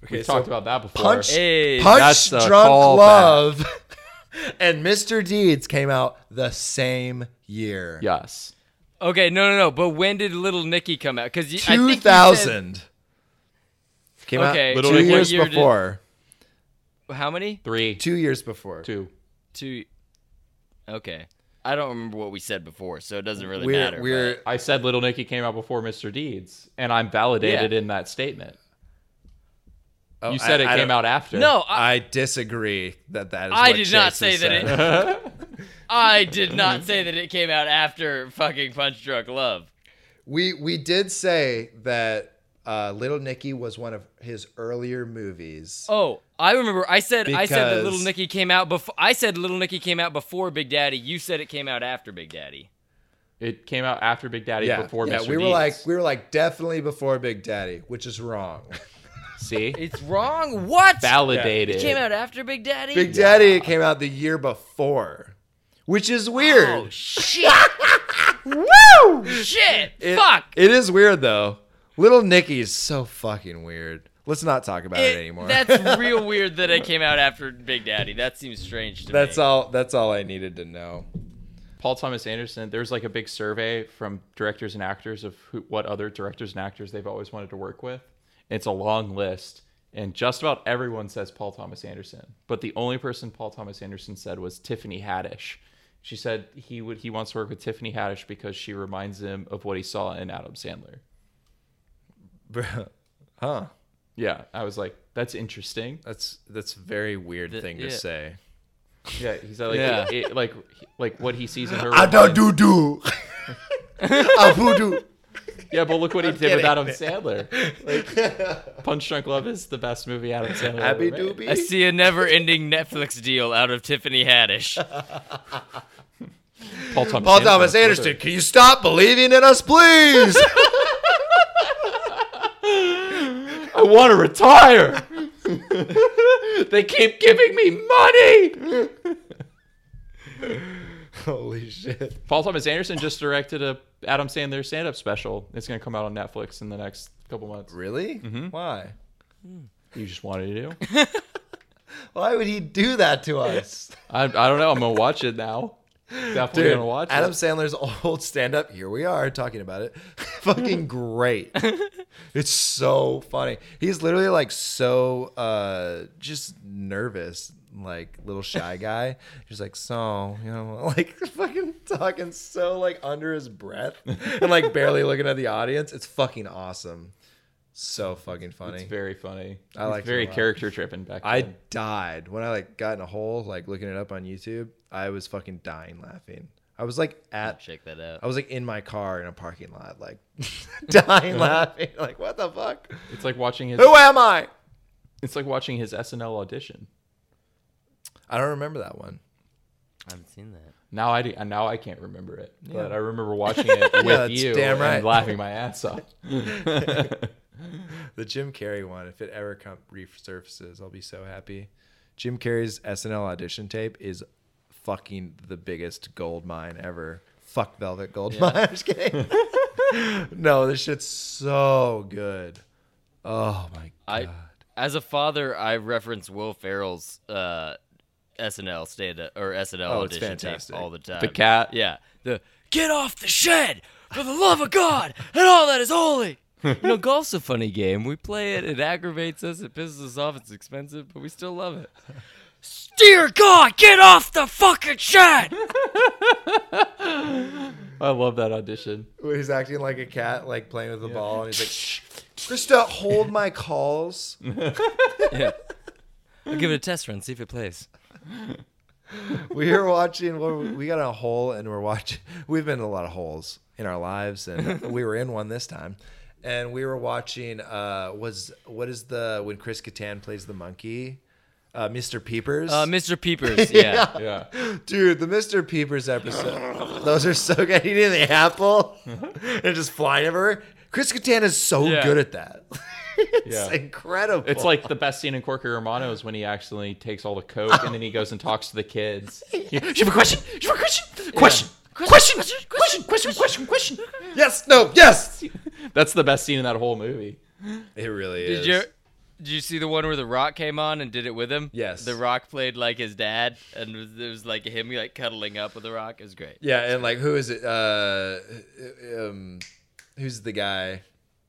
F: okay,
D: we
F: so
D: talked about that before.
A: Punch,
E: Hey,
A: punch
D: that's a
A: drunk
D: callback.
A: love, and Mr. Deeds came out the same year.
D: Yes.
E: Okay, no, no, no. But when did Little Nicky come out? Because
A: two thousand. Came
E: Okay,
A: out
E: Little
A: two
E: Nicky.
A: years
E: what year did-
A: before.
E: How many?
D: Three.
A: Two years before.
D: Two.
E: Two. Okay, I don't remember what we said before, so it doesn't really
A: we're
E: matter.
A: we're
D: I said Little Nicky came out before Mr. Deeds, and I'm validated
E: Yeah.
D: in that statement.
F: oh,
D: you said
F: I-
D: it
F: I
D: came
F: don't-
D: out after.
E: but- No, I,
F: I disagree that that is.
E: I
F: what
E: did not
F: Chase
E: say
F: has
E: that
F: said.
E: it- I did not say that it came out after fucking Punch Drunk Love.
A: We we did say that uh, Little Nicky was one of his earlier movies.
E: Oh, I remember. I said I said that
A: Because-
E: Little Nicky came out before. I said Little Nicky came out before Big Daddy. You said it came out after Big Daddy.
D: It came out after Big Daddy
A: yeah,
D: before
A: yeah.
D: Mr.
A: we were
D: Deeds.
A: like we were like definitely before Big Daddy, which is wrong.
D: See?
E: It's wrong. What?
D: Validated.
E: It came out after Big Daddy.
A: Big Daddy came out the year before, which is weird.
E: Oh shit!
A: Woo!
E: shit!
A: It-
E: Fuck!
A: It is weird though. Little Nicky is so fucking weird. Let's not talk about it,
E: It-
A: anymore.
E: That's real weird that it came out after Big Daddy. That seems strange to
A: That's
E: me.
A: all. That's all I needed to know.
D: Paul Thomas Anderson, there's like a big survey from directors and actors of who, what other directors and actors they've always wanted to work with. It's a long list, and just about everyone says Paul Thomas Anderson. But the only person Paul Thomas Anderson said was Tiffany Haddish. She said he would he wants to work with Tiffany Haddish because she reminds him of what he saw in Adam Sandler.
A: Bruh. huh?
D: Yeah, I was like, that's interesting.
F: That's that's a very weird thing to
E: yeah.
F: say.
D: Yeah, he said like
E: Yeah.
D: it- it- like like what he sees in her.
A: I
D: reminds-
A: don't do do. I voodoo.
D: Yeah, but look what he did with Adam Sandler. Like, Punch Drunk Love is the best movie Adam Sandler
A: Abby
D: ever made.
A: doobie.
E: I see a never-ending Netflix deal out of Tiffany Haddish.
D: Paul Thomas
A: Paul Thomas
D: Anderson.
A: Anderson, can you stop believing in us, please?
D: I want to retire. they keep giving me money.
A: Holy shit.
D: Paul Thomas Anderson just directed a Adam Sandler stand-up special. It's going to come out on Netflix in the next couple months.
A: Really?
E: Mm-hmm.
A: Why?
D: You just wanted to do?
A: Why would he do that to us?
D: I, I don't know. I'm going to watch it now. Definitely going to watch
A: Adam
D: it.
A: Sandler's old stand up, here we are talking about it. Fucking great. it's so funny. He's literally like so uh just nervous, like little shy guy. He's like, so, you know, like fucking talking so like under his breath and like barely looking at the audience. It's fucking awesome. So fucking funny.
D: It's very funny.
A: I
D: He's
A: liked it a
D: very
A: lot.
D: character tripping back
A: I
D: then.
A: died when I like got in a hole like looking it up on YouTube. I was fucking dying laughing. I was like at
E: Check that out.
A: I was like in my car in a parking lot like dying laughing like what the fuck?
D: It's like watching his
A: Who am I?
D: it's like watching his SNL audition.
A: I don't remember that one.
E: I haven't seen that.
D: Now I do, now I can't remember it, but I remember watching it with
A: that's
D: you
A: damn right.
D: and laughing my ass off.
A: The Jim Carrey one if it ever come resurfaces, I'll be so happy. Jim Carrey's SNL audition tape is fucking the biggest gold mine ever. Fuck Velvet Gold Mine. I'm just kidding. no, this shit's so good. Oh my
E: I, as a father, I reference Will Ferrell's uh, SNL stand or SNL
A: Oh, it's
E: audition tape
A: fantastic.
E: all the time.
D: The cat.
E: Yeah. The get off the shed for the love of God and all that is holy. You know, golf's a funny game. We play it, it aggravates us, it pisses us off, it's expensive, but we still love it. Dear God, get off the fucking shed!
D: I love that audition.
A: when he's acting like a cat, like playing with the ball, and he's like, Shh, Krista, hold my calls.
E: I'll give it a test run, see if it plays.
A: we were watching, what were we we got in a hole and we're watching, we've been in a lot of holes in our lives, and we were in one this time. And we were watching, uh, was, what is the, when Chris Kattan plays the monkey? uh, Mr. Peepers.
E: Uh, Mr. Peepers, yeah.
D: Yeah.
A: Dude, the Mr. Peepers episode. Those are so good. Eating the apple and just flying everywhere. Chris Kattan is so
E: Yeah.
A: good at that. it's
D: Yeah.
A: incredible.
D: It's like the best scene in Corky Romano is when he actually takes all the coke and then he goes and talks to the kids.
A: you have a question? You have a question? Question. Question. Question. Question. Question. Question. Question. Yes. No. Yes.
D: That's the best scene in that whole movie.
A: It really is.
E: Did you did you see the one where The Rock came on and did it with him?
A: Yes.
E: The Rock played like his dad, and it was, it was like him like cuddling up with The Rock. It was great.
A: Yeah, and like who is it? Uh, um, who's the guy?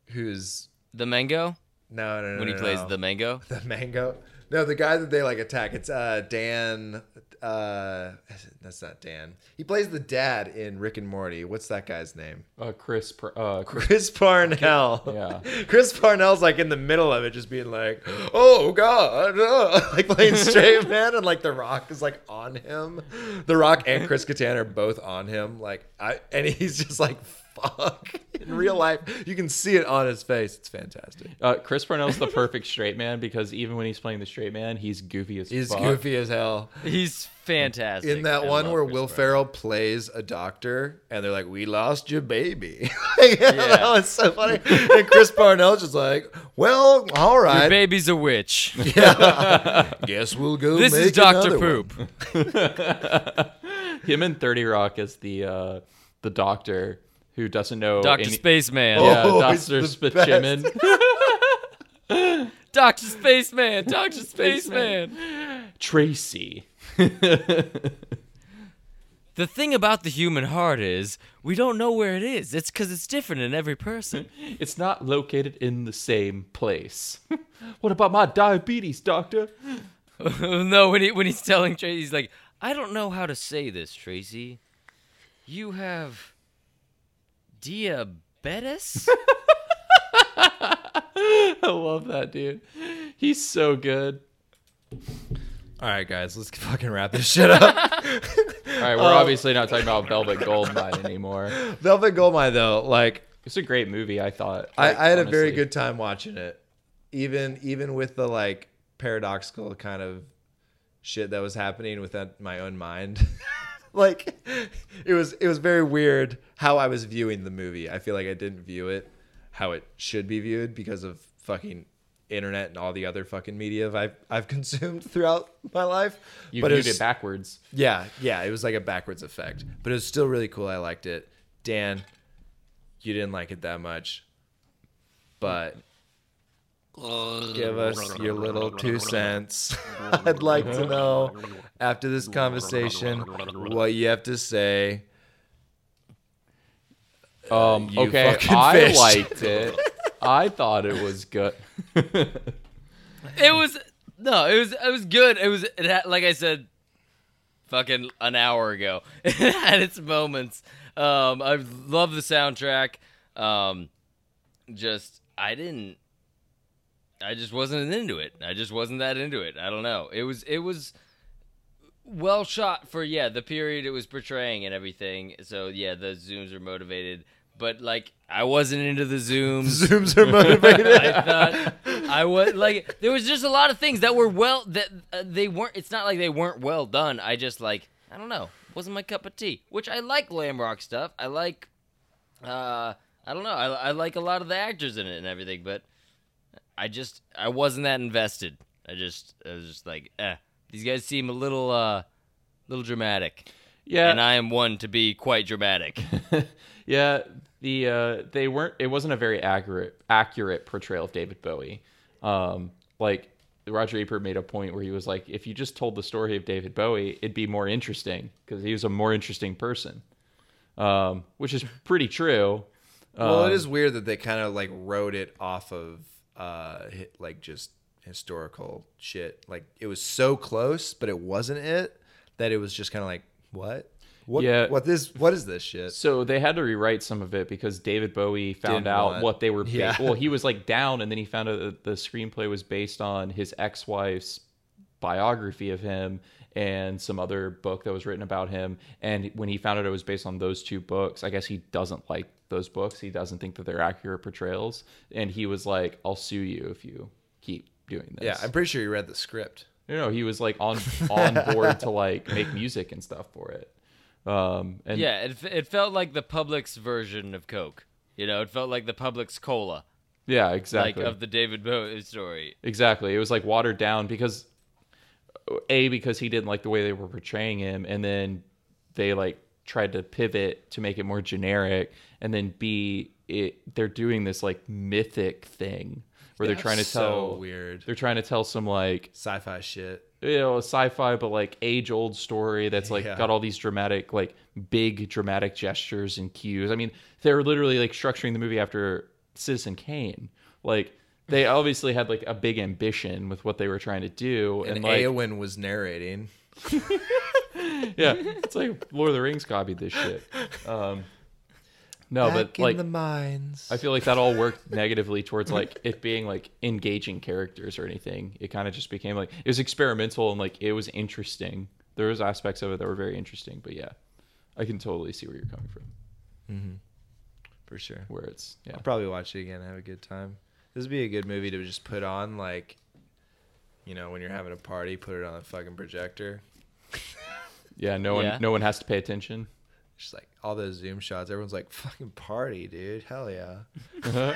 A: Who's
E: The mango
A: no, no, no.
E: when he
A: no,
E: plays
A: no.
E: the mango.
A: the mango. No, the guy that they like attack. It's uh Dan. Uh, that's not Dan. He plays the dad in Rick and Morty. What's that guy's name?
D: Uh, Chris, Pr- uh, Chris
A: Chris Parnell.
D: Yeah.
A: Chris Parnell's like in the middle of it, just being like, "Oh God," uh," like playing straight man, and like The Rock is like on him. The Rock and Chris Kattan are both on him. Like, I and he's just like, "Fuck." In real life, you can see it on his face. It's fantastic.
D: uh, Chris Parnell's the perfect straight man because even when he's playing the straight man, he's goofy as
A: He's
D: fuck.
A: goofy as hell.
E: He's fantastic.
A: in that
E: I
A: one
E: love
A: where
E: Chris
A: Will
E: Pratt.
A: Ferrell plays a doctor, and they're like, "We lost your baby." Like, that was so funny. And Chris Parnell's just like, "Well, all
E: Your
A: right,
E: baby's a witch.
A: guess we'll go."
E: This is
A: make
E: Doctor
A: another one."
E: Poop.
D: Him and Thirty Rock is the uh, the doctor who doesn't know
E: Doctor
D: any-
E: Spaceman.
D: Yeah,
A: Oh, it's
D: Doctor
A: the best.
D: Spaceman.
E: Doctor Spaceman. Doctor Spaceman.
D: Tracy.
E: The thing about the human heart is we don't know where it is. It's because it's different in every person.
D: It's not located in the same place. what about my diabetes, doctor?
E: no, when he when he's telling Tracy, he's like, I don't know how to say this, Tracy. You have diabetes.
D: I love that dude. He's so good.
A: All right, guys, let's fucking wrap this shit up.
D: All right, we're obviously not talking about Velvet Goldmine anymore.
A: Velvet Goldmine, oh though, like
D: It's a great movie, I thought. Like,
A: I, I had a very
D: honestly.
A: good time watching it, even even with the like paradoxical kind of shit that was happening within my own mind. like it was it was very weird how I was viewing the movie. I feel like I didn't view it how it should be viewed because of fucking internet and all the other fucking media I've I've consumed throughout my life.
D: You
A: But
D: viewed
A: was-
D: it backwards.
A: yeah, yeah, it was like a backwards effect, but it was still really cool. I liked it. Dan, you didn't like it that much, but give us your little two cents. I'd like to know after this conversation what you have to say.
D: Um,
A: you
D: okay,
A: fucking
D: I
A: fish.
D: liked it. I thought it was good.
E: it was no, it was it was good. It was it had, like I said, fucking an hour ago. it had its moments. Um, I love the soundtrack. Um, just I didn't. I just wasn't into it. I just wasn't that into it. I don't know. It was it was well shot for yeah the period it was portraying and everything. So yeah, the zooms are motivated. But like I wasn't into the zooms.
A: Zooms are motivated.
E: I thought I was like there was just a lot of things that were well that uh, they weren't. It's not like they weren't well done. I just like I don't know. Wasn't my cup of tea. Which I like glam rock stuff. I like. uh I don't know. I, I like a lot of the actors in it and everything, but I just I wasn't that invested. I just I was just like, eh. These guys seem a little uh little dramatic,
D: Yeah,
E: and I am one to be quite dramatic.
D: yeah. The uh, they weren't. It wasn't a very accurate accurate portrayal of David Bowie. Um, like Roger Ebert made a point where he was like, if you just told the story of David Bowie, it'd be more interesting because he was a more interesting person, um, which is pretty true.
A: well,
D: Um,
A: it is weird that they kind of like wrote it off of uh hi- like just historical shit. Like it was so close, but it wasn't it. That it was just kind of like what? What?
D: Yeah.
A: What this? What is this shit?
D: So they had to rewrite some of it because David Bowie found
A: Didn't
D: out
A: want-
D: what they were. Ba-
A: Yeah.
D: Well, he was like down, and then he found out that the screenplay was based on his ex-wife's biography of him and some other book that was written about him. And when he found out it was based on those two books, I guess he doesn't like those books. He doesn't think that they're accurate portrayals, and he was like, "I'll sue you if you keep doing this."
A: Yeah, I'm pretty sure you read the script.
D: No, no, he was like on on board to like make music and stuff for it. Um, and
E: yeah, it, f- it felt like the public's version of Coke. You know, it felt like the public's cola,
D: yeah, exactly.
E: like of the David Bowie story.
D: Exactly. It was like watered down because A, because he didn't like the way they were portraying him, and then they like tried to pivot to make it more generic, and then B, it they're doing this like mythic thing where they're trying to
F: so
D: tell
F: weird.
D: They're trying to tell some like
F: Sci-fi shit.
D: you know, a sci-fi but like age-old story that's like
F: Yeah.
D: got all these dramatic, like big dramatic gestures and cues. I mean, they're literally like structuring the movie after Citizen Kane. Like they obviously had like a big ambition with what they were trying to do, and,
A: And
D: like
A: Eowyn was narrating.
D: yeah, it's like Lord of the Rings copied this shit. Um, no,
A: Back
D: but like
A: in the mines.
D: I feel like that all worked negatively towards like it being like engaging characters or anything. It kind of just became like it was experimental and like it was interesting. There was aspects of it that were very interesting, but yeah, I can totally see where you're coming from.
A: for sure.
D: Where it's yeah,
A: I'll probably watch it again. Have a good time. This would be a good movie to just put on, like, you know, when you're having a party, put it on a fucking projector.
D: yeah. No one
E: Yeah.
D: no one has to pay attention.
A: Just like all those Zoom shots. Everyone's like, fucking party, dude. Hell yeah.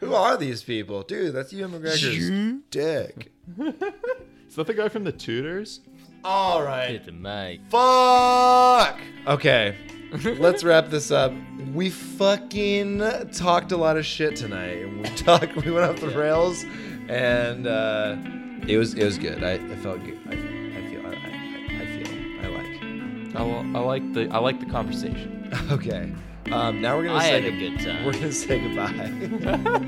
A: Who are these people? Dude, that's Ewan McGregor's dick.
D: Is that the guy from the Tudors?
A: All right.
E: Hit the mic.
A: Fuck. Okay. Let's wrap this up. We fucking talked a lot of shit tonight. We talked. We went off the rails, and uh, it was it was good. I, I felt good. I, I feel. I, I, I feel. I
D: I, I like the I like the conversation.
A: like. Okay. Um, now we're gonna
E: I
A: say
E: had a good time.
A: We're gonna say goodbye.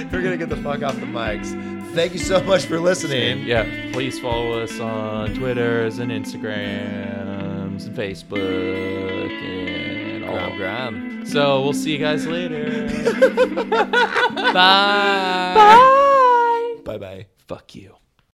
A: we're gonna get the fuck off the mics. Thank you so much for listening.
D: yeah, please follow us on Twitters and Instagrams and Facebook and all.
E: Grom, grom.
D: So we'll see you guys later.
E: Bye.
D: Bye.
A: Bye bye.
D: Fuck you.